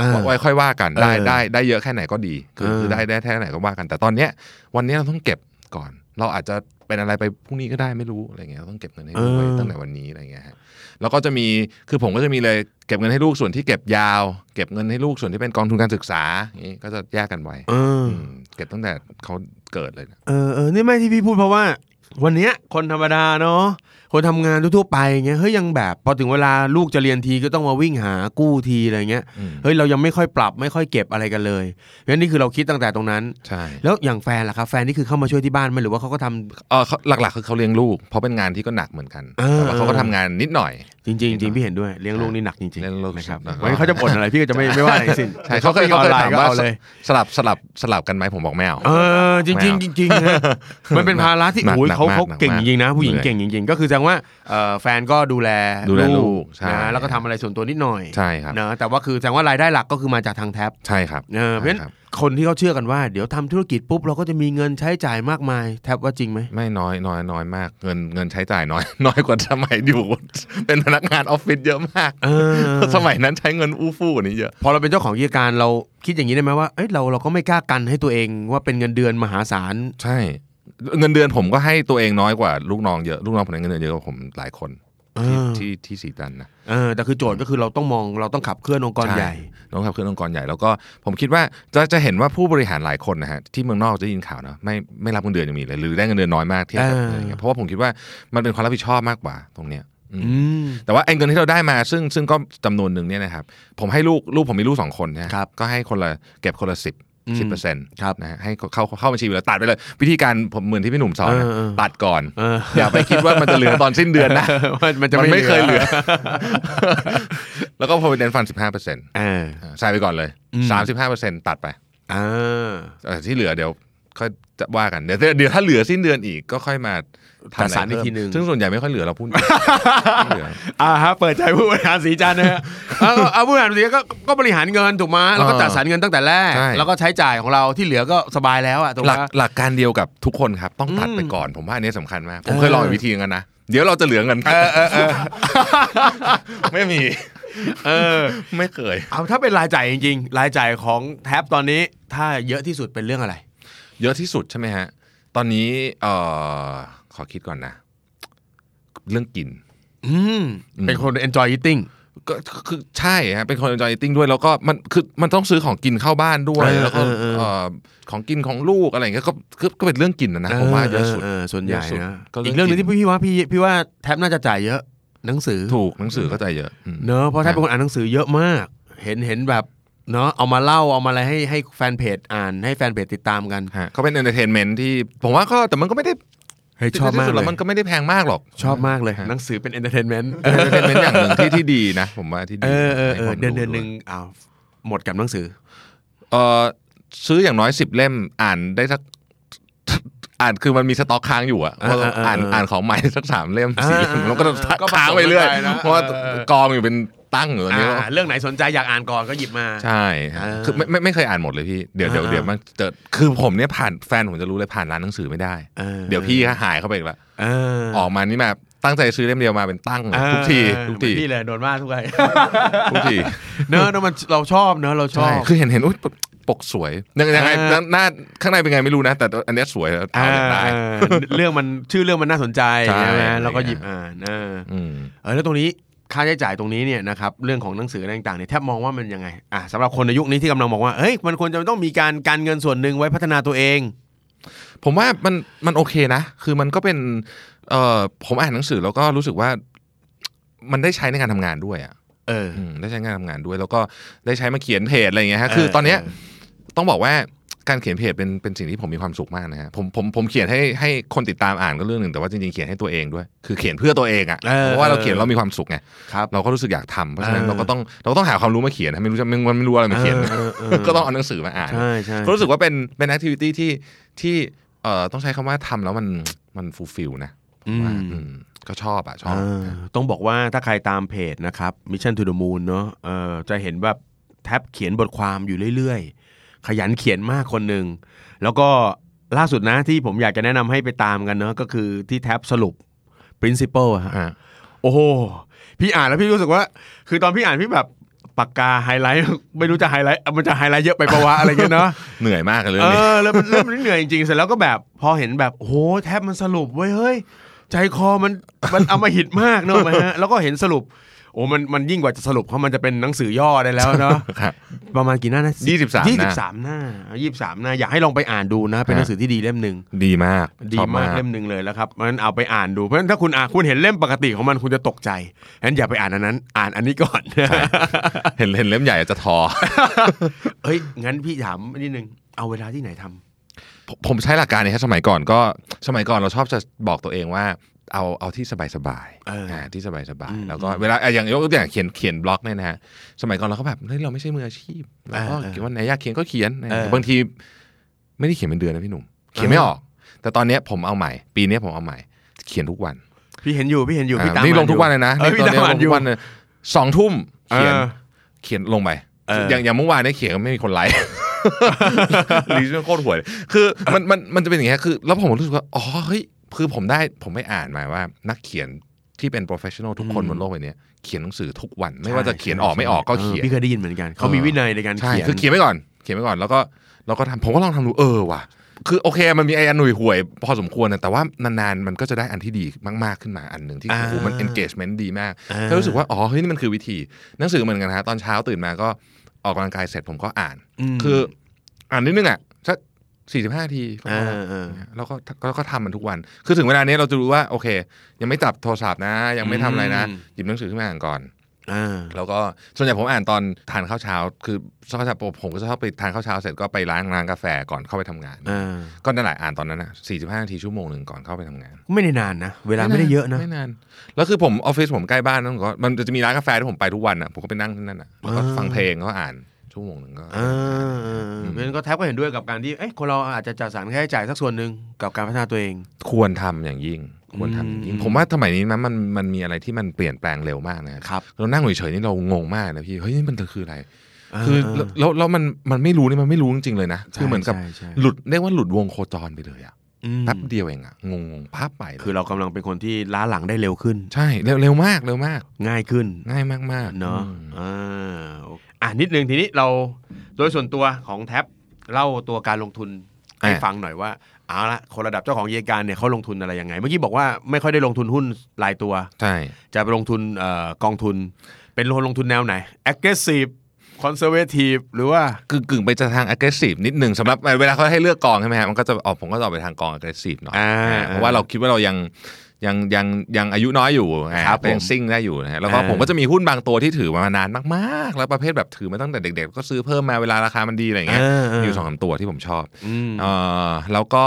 S1: อ่า
S2: ไว้ค่อยว่ากัน
S1: เออ
S2: ได้ได้ได้เยอะแค่ไหนก็ดีคือ
S1: เออ
S2: คือได้ได้แค่ไหนก็ว่ากัน แต่ตอนเนี้ยวันเนี้ยเราต้องเก็บก่อน เราอาจจะเป็นอะไรไปพรุ่งนี้ก็ได้ไม่รู้อะไรเงี้ยเราต้องเก็บเงินให้ลูกไว้ตั้งแต่วันนี้อะไรเงี้ยฮะแล้วก็จะมีคือผมก็จะมีเลยเก็บเงินให้ลูกส่วนที่เก็บยาว เก็บเงินให้ลูกส่วนที่เป็นกองทุนการศึกษาอย่างงี้ก็จะแยกกันไว้
S1: เออ
S2: มเก็บตั้งแต่เขาเกิดเลยนะ
S1: เออเออนี่ไม่ที่พี่พูดเพราะว่า วันเนี้ยคนธรรมดาเนาะคนทำงานทั่วๆไปอย่างเงี้ยเฮ้ยยังแบบ พอถึงเวลาลูกจะเรียนทีก็ต้องมาวิ่งหากู้ทีอะไรเงี้ย
S2: อืม
S1: เฮ้ยเรายังไม่ค่อยปรับไม่ค่อยเก็บอะไรกันเลยงั้นนี่คือเราคิดตั้งแต่ตรงนั้น
S2: ใช่
S1: แล้วอย่างแฟนล่ะครับแฟนนี่คือเข้ามาช่วยที่บ้านไหมหรือว่าเขาก็ทำ
S2: เออเขาหลักๆคือเขาเลี้ยงลูกเพราะเป็นงานที่ก็หนักเหมือนกัน
S1: เออ
S2: แต่ว่าเขาก็ทำงานนิดหน่อย
S1: จริงๆจริงๆพี่เห็นด้วยเลี้ยงลูกนี่หนักจริงๆ
S2: เลี้ยงลูก
S1: นะครับ
S2: หนัก
S1: วันนี้เขาจะบ่นอะไรพี่ก็จะไม่ไม่ว่าอะไรทั้งสิ้น
S2: ใช่เขาเคยเขาเคยถามว่า
S1: ออนไลน์ก็เอเลย
S2: สลับสลับสลับกันไหมผมบอกไม่เอา
S1: เออจริงๆจริงๆฮะมันเป็นภาระที่
S2: หนัก
S1: โอ้ย
S2: หนัก
S1: เขา
S2: มาก
S1: เขา
S2: หนักมาก
S1: เก่งจริงๆนะผู้หญิง
S2: เหนื่อย
S1: เก่งจริงๆ ก็คือแสดงว่าเอ่อแฟนก็ดูแล
S2: ดูแลลูกใช่
S1: นะแล้วก็ทำอะไรส่วนตัวนิดหน่อย
S2: ใช่ครับ
S1: นะแต่ว่าคือแสดงว่ารายได้หลักก็คือมาจากทางแท็บ
S2: ใช่ครับ
S1: เออเพราะฉะนั้น
S2: ใช่ครับ
S1: คนที่เขาเชื่อกันว่า เดี๋ยวทำธุรกิจปุ๊บเราก็จะมีเงินใช้จ่ายมากมายแท็บว่าจริงไหม
S2: ไม่น้อยน้อยน้อยมากเงินเงินใช้จ่าย <laughs> น้อย น้อยกว่าสมัยอยู่ เป็นพนักงานออฟฟิศเยอะมาก
S1: เออ <laughs>
S2: <laughs> สมัยนั้นใช้เงินอู้ฟู่กว่านี้เยอะ
S1: พอเราเป็นเจ้าของกิจการเราคิดอย่างนี้ได้ไหมว่าเอ้ยเราเราก็ไม่กล้ากันให้ตัวเองว่าเป็นเงินเดือนมหาศาล
S2: ใช่ เงินเดือนผมก็ให้ตัวเองน้อยกว่าลูกน้องเยอะลูกน้องผมได้เงินเดือนเยอะกว่าผมหลายคนที่
S1: เออ
S2: ที่ที่สีจันทร์นะ
S1: เออแต่คือโจทย์ก็คือเราต้องมองเราต้องขับเคลื่อนองค์กรใหญ่
S2: น้องขับเคลื่อนองค์กรใหญ่แล้วก็ผมคิดว่าจะจะเห็นว่าผู้บริหารหลายคนนะฮะที่เมืองนอกจะได้ยินข่าวนะไม่ไม่รับเงินเดือนยังมีเลยหรือได้เงินเดือนน้อยมากเทียบกับ
S1: อ่า
S2: อะไรเงี้ยเพราะว่าผมคิดว่ามันเป็นความรับผิดชอบมากกว่าตรงเนี้ยอืม
S1: อืม
S2: แต่ว่าไอ้เงินที่เราได้มาซึ่งซึ่งก็จำนวนหนึ่งเนี่ยนะครับผมให้ลูกลูกผมมีลูกสองคนนะฮะ
S1: ครับ
S2: ก็ให้คนละเก็บคนละสิบ
S1: อืม
S2: สิบเปอร์เซ็นต์
S1: ครับ
S2: นะฮะให้เข้าเข้าเข้าบัญชีไปเลยตัดไปเลย วิธีการผมเหมือนที่พี่หนุ่มสอนนะ
S1: เออเออ
S2: ตัดก่อน
S1: เออ
S2: อย่าไปคิดว่ามันจะเหลือตอนสิ้นเดือนนะ
S1: มันจะ
S2: มัน
S1: ไม่
S2: ไม่เคยเหลือ แล้วก็พอไปเดนฟันสิบห้าเปอร์เซ็นต์
S1: เออ
S2: อ่าใส่ไปก่อนเลย
S1: อืม
S2: 35%ตัดไป
S1: อ่า
S2: เอ่อที่เหลือเดี๋ยว ค่อยจะว่ากันเดี๋ยวเดี๋ยวถ้าเหลือสิ้นเดือนอีกก็ค่อยมาทำ
S1: จัดสรร
S2: อะไร
S1: อีกทีหนึ่ง
S2: เพิ่มซึ่งส่วนใหญ่ไม่ค่อยเหลือเรา
S1: <laughs>
S2: พูด ไม่เหลือ
S1: อ่าฮะเปิดใจผู้บริหารสีจันทร์นะฮะเอาเอาผู้บริหารสีจันทร์ก็ก็บริหารเงินถูกไหมแล้วก็จัดสรรเงินตั้งแต่แรก
S2: ใช่
S1: แล้วก็ใช้จ่ายของเราที่เหลือก็สบายแล้วอ่ะถูก
S2: ห
S1: ไหม
S2: ลักหลักการเดียวกับทุกคนครับ ต้องตัด
S1: อืม
S2: ไปก่อน ผมว่าอันนี้สำคัญมาก ผม
S1: เออ
S2: เคยลองอีกวิธีนึงแล้วนะ เดี๋ยวเราจะเหลือเงิน <laughs> ไม่มี
S1: เออ
S2: ไม่เคย
S1: เอาถ้าเป็นรายจ่ายจริงๆ รายจ่ายของแท็บตอนนี้ถ้าเยอะที่สุดเป็นเรื่องอะไร
S2: เยอะที่สุดใช่ไหมฮะ ตอนนี้เอ่อขอคิดก่อนนะ เรื่องกิน
S1: อืมเป็นคน enjoy eating
S2: ก็คือใช่ฮะเป็นคนจอยติ้งด้วยแล้วก็มันคือมันต้องซื้อของกินเข้าบ้านด้วย
S1: เออ
S2: แล้วก็
S1: เออเออ
S2: เอ่อของกินของลูกอะไรอย่างเงี้ยก็ก็ก็เป็นเรื่องกินนะนะผมว่าเยอะสุด
S1: ส่วนใหญ่
S2: เยอะสุด
S1: นะ
S2: ก็
S1: อี
S2: เรื่อง
S1: กเรื่องหนึง
S2: กิ
S1: ที่
S2: น
S1: พี่ว่าพี่พี่ว่าแท็บน่าจะจ่ายเยอะหนังสือ
S2: ถูกหนังสือก็ใจเยอะอืม
S1: เนอะเพราะแท็บเป็นคนอ่านหนังสือเยอะมาก เห็นเห็นแบบเนอะเอามาเล่าเอามาอะไรให้ให้แฟนเพจอ่านให้แฟนเพจติดตามกัน
S2: ฮะเขาเป็นเอนเตอร์เทนเมนต์ที่ผมว่าก็แต่มันก็ไม่ได้
S1: เฮ้ยชอบมาก
S2: ที่สุด
S1: เล
S2: แล้
S1: ยว
S2: มันก็ไม่ได้แพงมากหรอก
S1: ชอบมากเลย
S2: ฮะ
S1: หนังสือเป็น entertainment
S2: เอนเตอร์เทนเมนต์อย่างหนึ่งที่ที่ดีนะ ผมว่าที่ดี
S1: เออเออเออ
S2: ให้ความ
S1: เดือนเดือน
S2: รู้
S1: หนึ่งอ้าวหมดกับหนังสือ
S2: เออซื้ออย่างน้อยสิบเล่มอ่านได้สัก <laughs> อ่านคือมันมีสต็อกค้างอยู่อะ
S1: เออเออเออ
S2: อ่านอ่านของใหม่ <laughs> สักสามเล่มสี่เล่ม
S1: เออเออ
S2: แล้วก็
S1: ก็ผสม
S2: ค้างไปเรื่อย
S1: กันไปนะ
S2: เพราะว่า
S1: เออเออ
S2: กองอยู่เป็นตั้งอยู่ตอนนี้
S1: อ่าเรื่องไหนสนใจอยากอ่านก่อนก็หยิบมา
S2: ใช่ฮะ
S1: เออ
S2: คือไม่ไม่ไม่เคยอ่านหมดเลยพี่เดี๋ยวเดี๋ยว
S1: เออเออ
S2: เดี๋ยวมันเจอคือผมเนี่ยผ่านแฟนผมจะรู้เลยผ่านร้านหนังสือไม่ได้
S1: ออ
S2: เดี๋ยวพี่ก็หายเข้าไปอีกละ
S1: เออ
S2: ออกมานี่มาตั้งใจซื้อเล่มเดียวมาเป็นตั้งเลยทุกที
S1: เออ
S2: ทุกที
S1: พี่เลยโดนว่า <laughs> ทุกที
S2: ทุกที
S1: เนอะเนอะมันเราชอบเนอะเราช
S2: ใช่
S1: อบ
S2: คือเห็นเห็นอุ๊ยปกสวยยังยังไง
S1: อ่า
S2: หน้าข้างในเป็นไงไม่รู้นะ แต่อันเนี้ยสวยแล้วเอาอยากได้
S1: เออเรื่องมันชื่อเรื่องมันน่าสนใจ
S2: ใช่
S1: ใช่ไหมแล้วก็หยิบอ่านเออ
S2: อืม
S1: เออแล้วตรงนี้ค่าใช้จ่ายตรงนี้เนี่ยนะครับเรื่องของหนังสืออะไรต่างๆเนี่ยแทบมองว่ามันยังไงอ่ะสำหรับคนในยุคนี้ที่กำลังมองว่าเอ้ยมันควรจะต้องมีการการเงินส่วนหนึ่งไว้พัฒนาตัวเอง
S2: ผมว่ามันมันโอเคนะ คือมันก็เป็นเอ่อผมอ่านหนังสือแล้วก็รู้สึกว่า มันได้ใช้ในการทำงานด้วยอ่ะ
S1: เออ
S2: อืมได้ใช้ในการทำงานด้วย แล้วก็ได้ใช้มาเขียนเพจอะไรอย่างเงี้ยฮะ
S1: เออ
S2: คือตอนเนี้ย
S1: เออ
S2: ต้องบอกว่าการเขียนเพจเป็นเป็นสิ่งที่ผมมีความสุขมากนะฮะผมผมผมเขียนให้ให้คนติดตามอ่านก็เรื่องหนึ่งแต่ว่าจริงๆเขียนให้ตัวเองด้วย คือเขียนเพื่อตัวเองอ่ะเพราะว่าเราเขียนเรามีความสุขไง
S1: ครับ
S2: เราก็รู้สึกอยากทำเพราะฉะนั้น
S1: เออ
S2: เราก็ต้องเราก็ต้องหาความรู้มาเขียนนะไม่รู้จะไม่ไม่รู้อะไรมาเขียน
S1: ออเอ
S2: <laughs> ก็ต้องเอาหนังสือมาอ่าน
S1: ใช่ใช่
S2: ก็รู้สึกว่าเป็นเป็นแอคทิวิตี้ที่ที่เอ่อต้องใช้คำว่าทำแล้วมันมันฟูลฟิลนะ
S1: อื
S2: ว่าม อืมก็ชอบอ่ะชอบ
S1: อ่าต้องบอกว่าถ้าใครตามเพจนะครับ Mission to the Moon เนอะเออจะเห็นแบบแท็บเขียนบทความอยู่เรื่อยๆ ขยันเขียนมากคนหนึ่ง แล้วก็ล่าสุดนะที่ผมอยากจะแนะนำให้ไปตามกันเนอะก็คือที่แท็บสรุป principle อะฮะ
S2: อ่า
S1: โอ้โห พี่อ่านแล้วพี่รู้สึกว่า คือตอนพี่อ่านพี่แบบปากกาไฮไลท์ ไม่รู้จะไฮไลท์มันจะไฮไลท์เยอะไป
S2: <laughs>
S1: ปะวะอะไรเงี้ยเนาะ
S2: เหนื่อยมากเลยเรื่อ
S1: เอง
S2: นี้
S1: อแล้วมันเริ่มเหนื่อยจริงๆเสร็จแล้วก็แบบพอเห็นแบบโอ้โหแทบมันสรุปเว้ยเฮ้ยใจคอมันมันเอามาหิดมากเนอะไหมฮะแล้วก็เห็นสรุปโอ้มันมันยิ่งกว่าจะสรุปเพราะมันจะเป็นหนังสือย่อได้แล้วเนาะ
S2: ครับ
S1: ประมาณกี่หน้านะ
S2: ยี่สิบสามหน้า
S1: ยี่สิบสามหน้ายี่สิบสามหน้าอยากให้ลองไปอ่านดูนะเป็นหนัง
S2: ฮะ
S1: สือที่ดีเล่มหนึ่ง
S2: ดีมาก
S1: ดี
S2: ชอบ
S1: มากเล่มหนึ่งเลยแล้วครับมันเอาไปอ่านดูเพราะฉะนั้นถ้าคุณอ่านคุณเห็นเล่มปกติของมันคุณจะตกใจงั้นอย่าไปอ่านอันนั้น อ่านอันนี้ก่อน
S2: เห็นเห็นเล่มใหญ่จะทอ
S1: <laughs>
S2: <laughs>
S1: เฮ้ยงั้นพี่ถามนิดนึงเอาเวลาที่ไหนทำ
S2: ผมผมใช้หลักการนี้ครับสมัยก่อนก็สมัยก่อนเราชอบจะบอกตัวเองว่า เอาเอาที่สบายสบายๆ
S1: เอออ่
S2: าที่สบายสบา
S1: อื
S2: ย
S1: ม
S2: แล้วก็เวลาอ่ะอย่างยกตัวอย่างเขียนเขียนบล็อกเนี่ยนะฮะสมัยก่อนเราก็แบบเฮ้ยเราไม่ใช่มืออาชีพเรา
S1: เอ
S2: ก็
S1: อเออ
S2: เขียนวันไหนอยากเขียนก็เขียน
S1: เออบ
S2: างที ไม่ได้เขียนเป็นเดือนนะพี่หนุ่มเขียน
S1: เออ
S2: ไม่ออก แต่ตอนเนี้ยผมเอาใหม่ ปีเนี้ยผมเอาใหม่ เขียนทุกวัน
S1: พี่เห็นอยู่พี่เห็นอยู่พี่ตาม
S2: อ่านี่ลง
S1: อ่า
S2: ทุกวัน
S1: อ
S2: เลยนะ
S1: เออพี่
S2: นี่ตอนเนี้ย
S1: ตาม
S2: ล
S1: อ่าน
S2: ง
S1: อยู่
S2: ทุกวันเลยสองทุ่มเขียน
S1: เออ
S2: เขียนลงไป
S1: เอออ
S2: อย่างอย่างเมื่อวานเนี่ยเขียนก็ไม่มีคน
S1: <laughs>
S2: ไลค์ รีชั่นโคตรห่วยเลยคือมันมันมันจะเป็นอย่างเงี้ยคือ แล้วผมรู้สึกว่า อ๋อ เฮ้ย คือผมได้ผมไปอ่านมาว่า นักเขียนที่เป็น professional ทุกคน
S1: อืม
S2: บนโลกใบเนี้ยเขียนหนังสือทุกวัน ไม่
S1: ใช่
S2: ว่าจะเขียนออกไม่ออกก็เขียน
S1: พี่เคยได้ยินเหมือนกัน เขามีวินัยในการ
S2: ใช่
S1: เขียน
S2: คือเขียนไปก่อน เขียนไปก่อน แล้วก็เราก็ทำผมก็ลองทำดู เออว่ะ คือโอเค มันมีไอ้อันหน่วยห่วยพอสมควรนะ แต่ว่านานๆ มันก็จะได้อันที่ดีมากๆ ขึ้นมาอันหนึ่งที่
S1: อ่า
S2: โอ้โหมัน engagement ดีมาก
S1: อ่า
S2: ก็รู้สึกว่า อ๋อ เฮ้ย นี่มันคือวิธี หนังสือเหมือนกันฮะ ตอนเช้าตื่นมาก็ออกกำลังกายเสร็จผมก็อ่าน
S1: ม
S2: คืออ่านนิดนึงอ่ะสักสี่สิบห้าทีประ
S1: อ่า
S2: มาณนั้น
S1: เออ
S2: แล้วก็ก็ก็ทำมันทุกวัน คือถึงเวลานี้เราจะรู้ว่า โอเค ยังไม่จับโทรศัพท์นะ ยังไม่ทำอะไรนะ
S1: อืม
S2: หยิบหนังสือขึ้นมาอ่านก่อน
S1: อ่า
S2: แล้วก็ส่วนใหญ่ผมอ่านตอนทานข้าวเช้า คือข้าวเช้าผมผมก็จะชอบไปทานข้าวเช้าเสร็จก็ไปล้างร้านกาแฟก่อนเข้าไปทำงาน
S1: อ่า
S2: ก็นั่นแหละอ่านตอนนั้นอ่ะสี่สิบห้านาทีชั่วโมงหนึ่งก่อนเข้าไปทำงาน
S1: ไม่ได้นานนะ เวลาไม่ได้เยอะนะ
S2: ไม่นานแล้วคือผมออฟฟิศผมใกล้บ้านนั่นก็มันจะมีร้านกาแฟที่ผมไปทุกวันอ่ะผมก็ไปนั่งที่นั่นอ่ะแล้วก็
S1: อ่า
S2: ฟังเพลงก็อ่านชั่วโมงหนึ่งก็
S1: อ่าเออเพราะ นั้นก็แทบก็เห็นด้วยกับการที่เอ้ยคนเราอาจจะจัดสรรค่าใช้จ่ายสักส่วนหนึ่งกับการพัฒนาตัวเอง
S2: ควรทำอย่างยิ่ง ควรทำอย่างยิ่ง
S1: อืม
S2: ผมว่าสมัยนี้นะมันมันมีอะไรที่มันเปลี่ยนแปลงเร็วมากนะครับ
S1: ครับ
S2: เรานั่งเฉยๆนี่เรางงมากนะพี่เฮ้ยนี่มันคืออะไร
S1: า
S2: คือแล้วแล้วแล้วมันมันไม่รู้นี่มันไม่รู้จริงๆเลยนะ
S1: ใช่
S2: คือเหมือนกับ
S1: ใช่ใช่
S2: หลุดเรียกว่าหลุดวงโคจรไปเลยอะ
S1: อืม
S2: แป๊บเดียวเองอะงงงภาพไปเล
S1: คือย เรากำลังเป็นคนที่ล้าหลังได้เร็วขึ้น
S2: ใช่เร็วเร็วมากเร็วมาก
S1: ง่ายขึ้น
S2: ง่ายมากมากๆ
S1: เนาะ
S2: อืม
S1: อ่าโอเคอ่ะนิดนึงทีนี้เราโดยส่วนตัวของแท็บเล่าตัวการลงทุนให้ฟังหน่อยว่าเอาละคนระดับเจ้าของกิจการเนี่ยเขาลงทุนอะไรยังไง เมื่อกี้บอกว่าไม่ค่อยได้ลงทุนหุ้นรายตัว
S2: ใช่
S1: จะไปลงทุนเอ่อกองทุน เป็นลงทุนแนวไหน aggressive conservative หรือว่า
S2: กึ่งกึ่งไปจะทาง aggressive นิดหนึ่งสำหรับเวลาเขาให้เลือกกองใช่ไหมฮะมันก็จะออกผมก็จะออกไปทางกอง aggressive หน่อย
S1: อ่า
S2: อ่าเพราะว่าเราคิดว่าเรายังยังยังยังอายุน้อยอยู่อ่า
S1: ครับ
S2: ก็ยั
S1: ผ
S2: ง
S1: ม
S2: ซิ่งได้อยู่นะฮะแล้วก็
S1: อ่า
S2: ผมก็จะมีหุ้นบางตัวที่ถือมานานมากๆ แล้วประเภทแบบถือมาตั้งแต่เด็ก ๆ ก็ซื้อเพิ่มมาเวลาราคามันดีอะไรอย่างเงี้ยมีอยู่สองสามตัวที่ผมชอบ
S1: อืม
S2: เออแล้วก็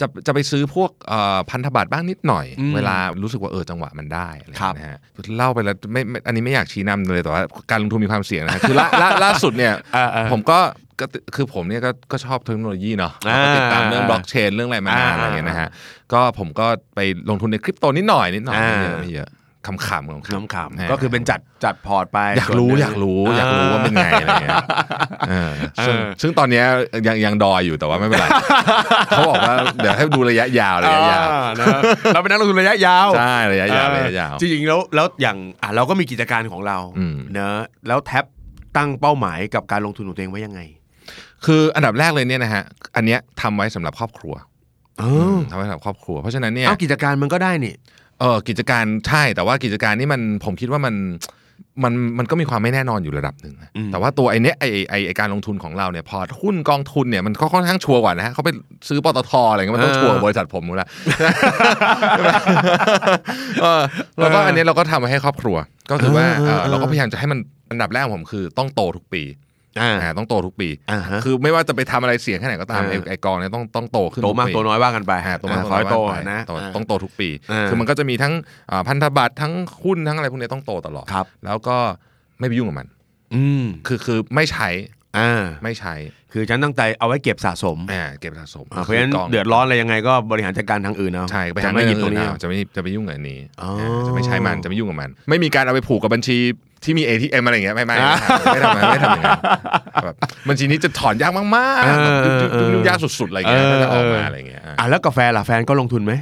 S2: จะจะไปซื้อพวกเอ่อพันธบัตรบ้างนิดหน่อย
S1: อืม
S2: เวลารู้สึกว่าเออจังหวะมันได้อะไร
S1: ครับ
S2: นะฮะเล่าไปแล้วไม่ไม่อันนี้ไม่อยากชี้นำเลยแต่ว่าการลงทุนมีความเสี่ยงนะฮะคือล่าล่าล่าสุดเนี่ย
S1: อ่าอ่า
S2: ผมก็ก็คือผมเนี่ยก็ก็ชอบเทคโนโลยีเนาะ
S1: อ่า
S2: ก็ติดตามเรื่องบล็อกเชนเรื่องอะไรมานานอะไรเงี้ยนะฮะก็ผมก็ไปลงทุนในคริปโตนิดหน่อยนิดหน่อย
S1: อ่า
S2: ไม่เยอะไม่เยอะคำขำของคริป
S1: ขำๆก็คือเป็นจัดจัดพอร์ตไป
S2: อยากรู้
S1: ส่วนหนึ่ง
S2: อยากรู้อยากรู้ว่าเป็นไงอะไรเงี้ยเออซึ่ง
S1: เออ
S2: ซึ่งตอนเนี้ยยังยังดอยอยู่แต่ว่าไม่เป็น
S1: <laughs>
S2: ไร เขาบอกว่าเดี๋ยวให้ดูระยะยาวระยะยาว
S1: อ่นะเราเป็นนักลงทุนระยะยาว
S2: ใช่ระยะยาวระยะยาว
S1: จริงๆแล้วแล้วอย่างอ่ะเราก็มีกิจการของเรา
S2: อืม
S1: เนอะแล้วแท็บตั้งเป้าหมายกับการลงทุนของตัวเองไว้ยังไง
S2: คืออันดับแรกเลยเนี่ยนะฮะอันเนี้ยทำไว้สำหรับครอบครัว
S1: เอ
S2: มทำไว้สำหรับครอบครัว เพราะฉะนั้นเนี่ย
S1: เอากิจการมันก็ได้นี่
S2: เออกิจการใช่แต่ว่ากิจการนี่มันผมคิดว่ามันมันมันก็มีความไม่แน่นอนอยู่ระดับหนึ่งนะ
S1: อืม
S2: แต่ว่าตัวไอเนี้ยไอไอไอการลงทุนของเราเนี่ยพอร์ตหุ้นกองทุนเนี่ยมันก็ค่อนข้างชัวร์กว่านะฮะเขาไปซื้อปตทอะไรเงี้ยมันต้องชัวร์กว่าบริษัทผมอยู่แล้ว เออแล้วก็อันเนี้ยเราก็ทำมาให้ครอบครัว ก็คือว่า
S1: เออเออ
S2: เอ่อ
S1: เออ
S2: เราก็พยายามจะให้มันอันดับแรกของผมคือต้องโตทุกปี
S1: อ่า
S2: อ่าต้องโตทุกปี
S1: อ่าฮะ
S2: คือไม่ว่าจะไปทำอะไรเสี่ยงแค่ไหนก็ตาม
S1: เออ
S2: ไอ้ไอกองเนี่ยต้องต้องโตขึ้น
S1: โตมาก
S2: ทุปี
S1: โตน้อยว่ากันไป
S2: อ่าโตมาก
S1: ขอให้โต
S2: โตน้อยโต
S1: นะา
S2: ต้องโตทุกปี
S1: เออ
S2: คือมันก็จะมีทั้งอ่าพันธบัตรทั้งหุ้นทั้งอะไรพวกเนี้ยต้องโตตลอด
S1: ครับ
S2: แล้วก็ไม่ไปยุ่งกับมัน
S1: อืม
S2: คือคือไม่ใช้
S1: อ่า
S2: ไม่ใช้
S1: คือฉันตั้งใจเอาไว้เก็บสะสม
S2: อ่าเก็บสะสม
S1: อ่าเพราะฉะนั้น
S2: คืกง
S1: เดือดร้อนอะไรยังไงก็บริหารจัดการทางอื่นเอา
S2: ใช่ไป
S1: จะ
S2: หา
S1: ไม่
S2: ไม่
S1: ห
S2: ห
S1: ยิบ
S2: ยิ
S1: บ ต
S2: ต
S1: ร
S2: รง ง
S1: นี้
S2: นี้จะไม่จะไม่ยุ่งกับอันนี้
S1: อ๋ออ่
S2: าจะไม่ใช้มันจะไม่ยุ่งกับมัน ไม่มีการเอาไปผูกกับบัญชีที่มี ATM อะไรอย่างเงี้ยไม่ไม่ไม่ไม่ทำไม่ทำอย่างนั้นแบบบัญชีนี้จะถอนยากมาก
S1: เออ
S2: ๆแบบ
S1: เออ
S2: ยุ่งยุ่งยุ่งยากสุดๆอะไรอย่างเงี้ย
S1: เออ
S2: ก็จะออกมาอะไรอย่างเงี้ยอ่า
S1: อ่ะแล้วกาแฟล่ะแฟนก็ลงทุนไหม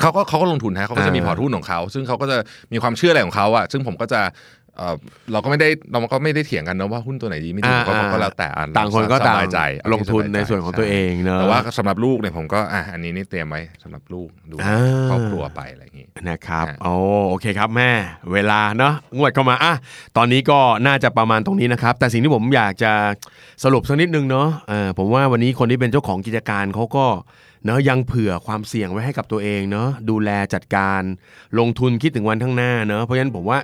S2: เขาก็เขาก็ลงทุนนะเขาก็จะมี
S1: อ่า
S2: พอร์ตหุ้นของเขา ซึ่งเขาก็จะมีความเชื่ออะไรของเขาอะซึ่งผมก็จะเอ่อเราก็ไม่ได้เราก็ไม่ได้เถียงกันนะว่าหุ้นตัวไหนดีไม่ดี
S1: อ่า
S2: ก็
S1: อ่า
S2: ก็แล้วแต่อั
S1: ต่างคนก็ต่าง
S2: สบยใจ
S1: ลงทุนในส่วนของตัวเองเนอะ
S2: แต่ว่าสำหรับลูกเนี่ยผมก็อ่ะอันนี้นี่เตรียมไว้สำหรับลูกดู
S1: อ่า
S2: ครอบครัวไปอะไรอย่างงี้
S1: นะครับ
S2: ฮะ
S1: โอ้โอเคครับแม่ เวลาเนาะงวดเข้ามาอ่ะตอนนี้ก็น่าจะประมาณตรงนี้นะครับ แต่สิ่งที่ผมอยากจะสรุปสักนิดนึงเนาะเออผมว่าวันนี้คนที่เป็นเจ้าของกิจการเขาก็เนาะยังเผื่อความเสี่ยงไว้ให้กับตัวเองเนาะดูแลจัดการลงทุนคิดถึงวันข้างหน้าเนาะเพราะฉะนั้นผมว่า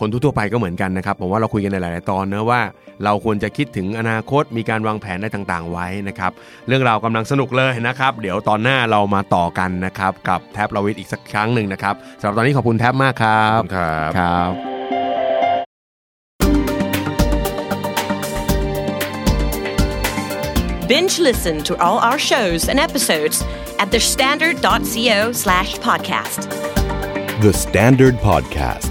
S1: คนทั่วๆไปก็เหมือนกันนะครับผมว่าเราคุยกันในหลายๆตอนเนอะว่า เราควรจะคิดถึงอนาคตมีการวางแผนอะไรต่างๆ ไว้นะครับ เรื่องราวกำลังสนุกเลยนะครับ เดี๋ยวตอนหน้าเรามาต่อกันนะครับ กับแท็บลาวิทอีกสักครั้งหนึ่งนะครับสำหรับตอนนี้ขอบคุณแท็บมากครั
S2: ขอบบ คุณครับ
S1: ครับ
S4: Binge listen to all our shows and episodes at thestandard.co slash podcast.
S5: The Standard Podcast.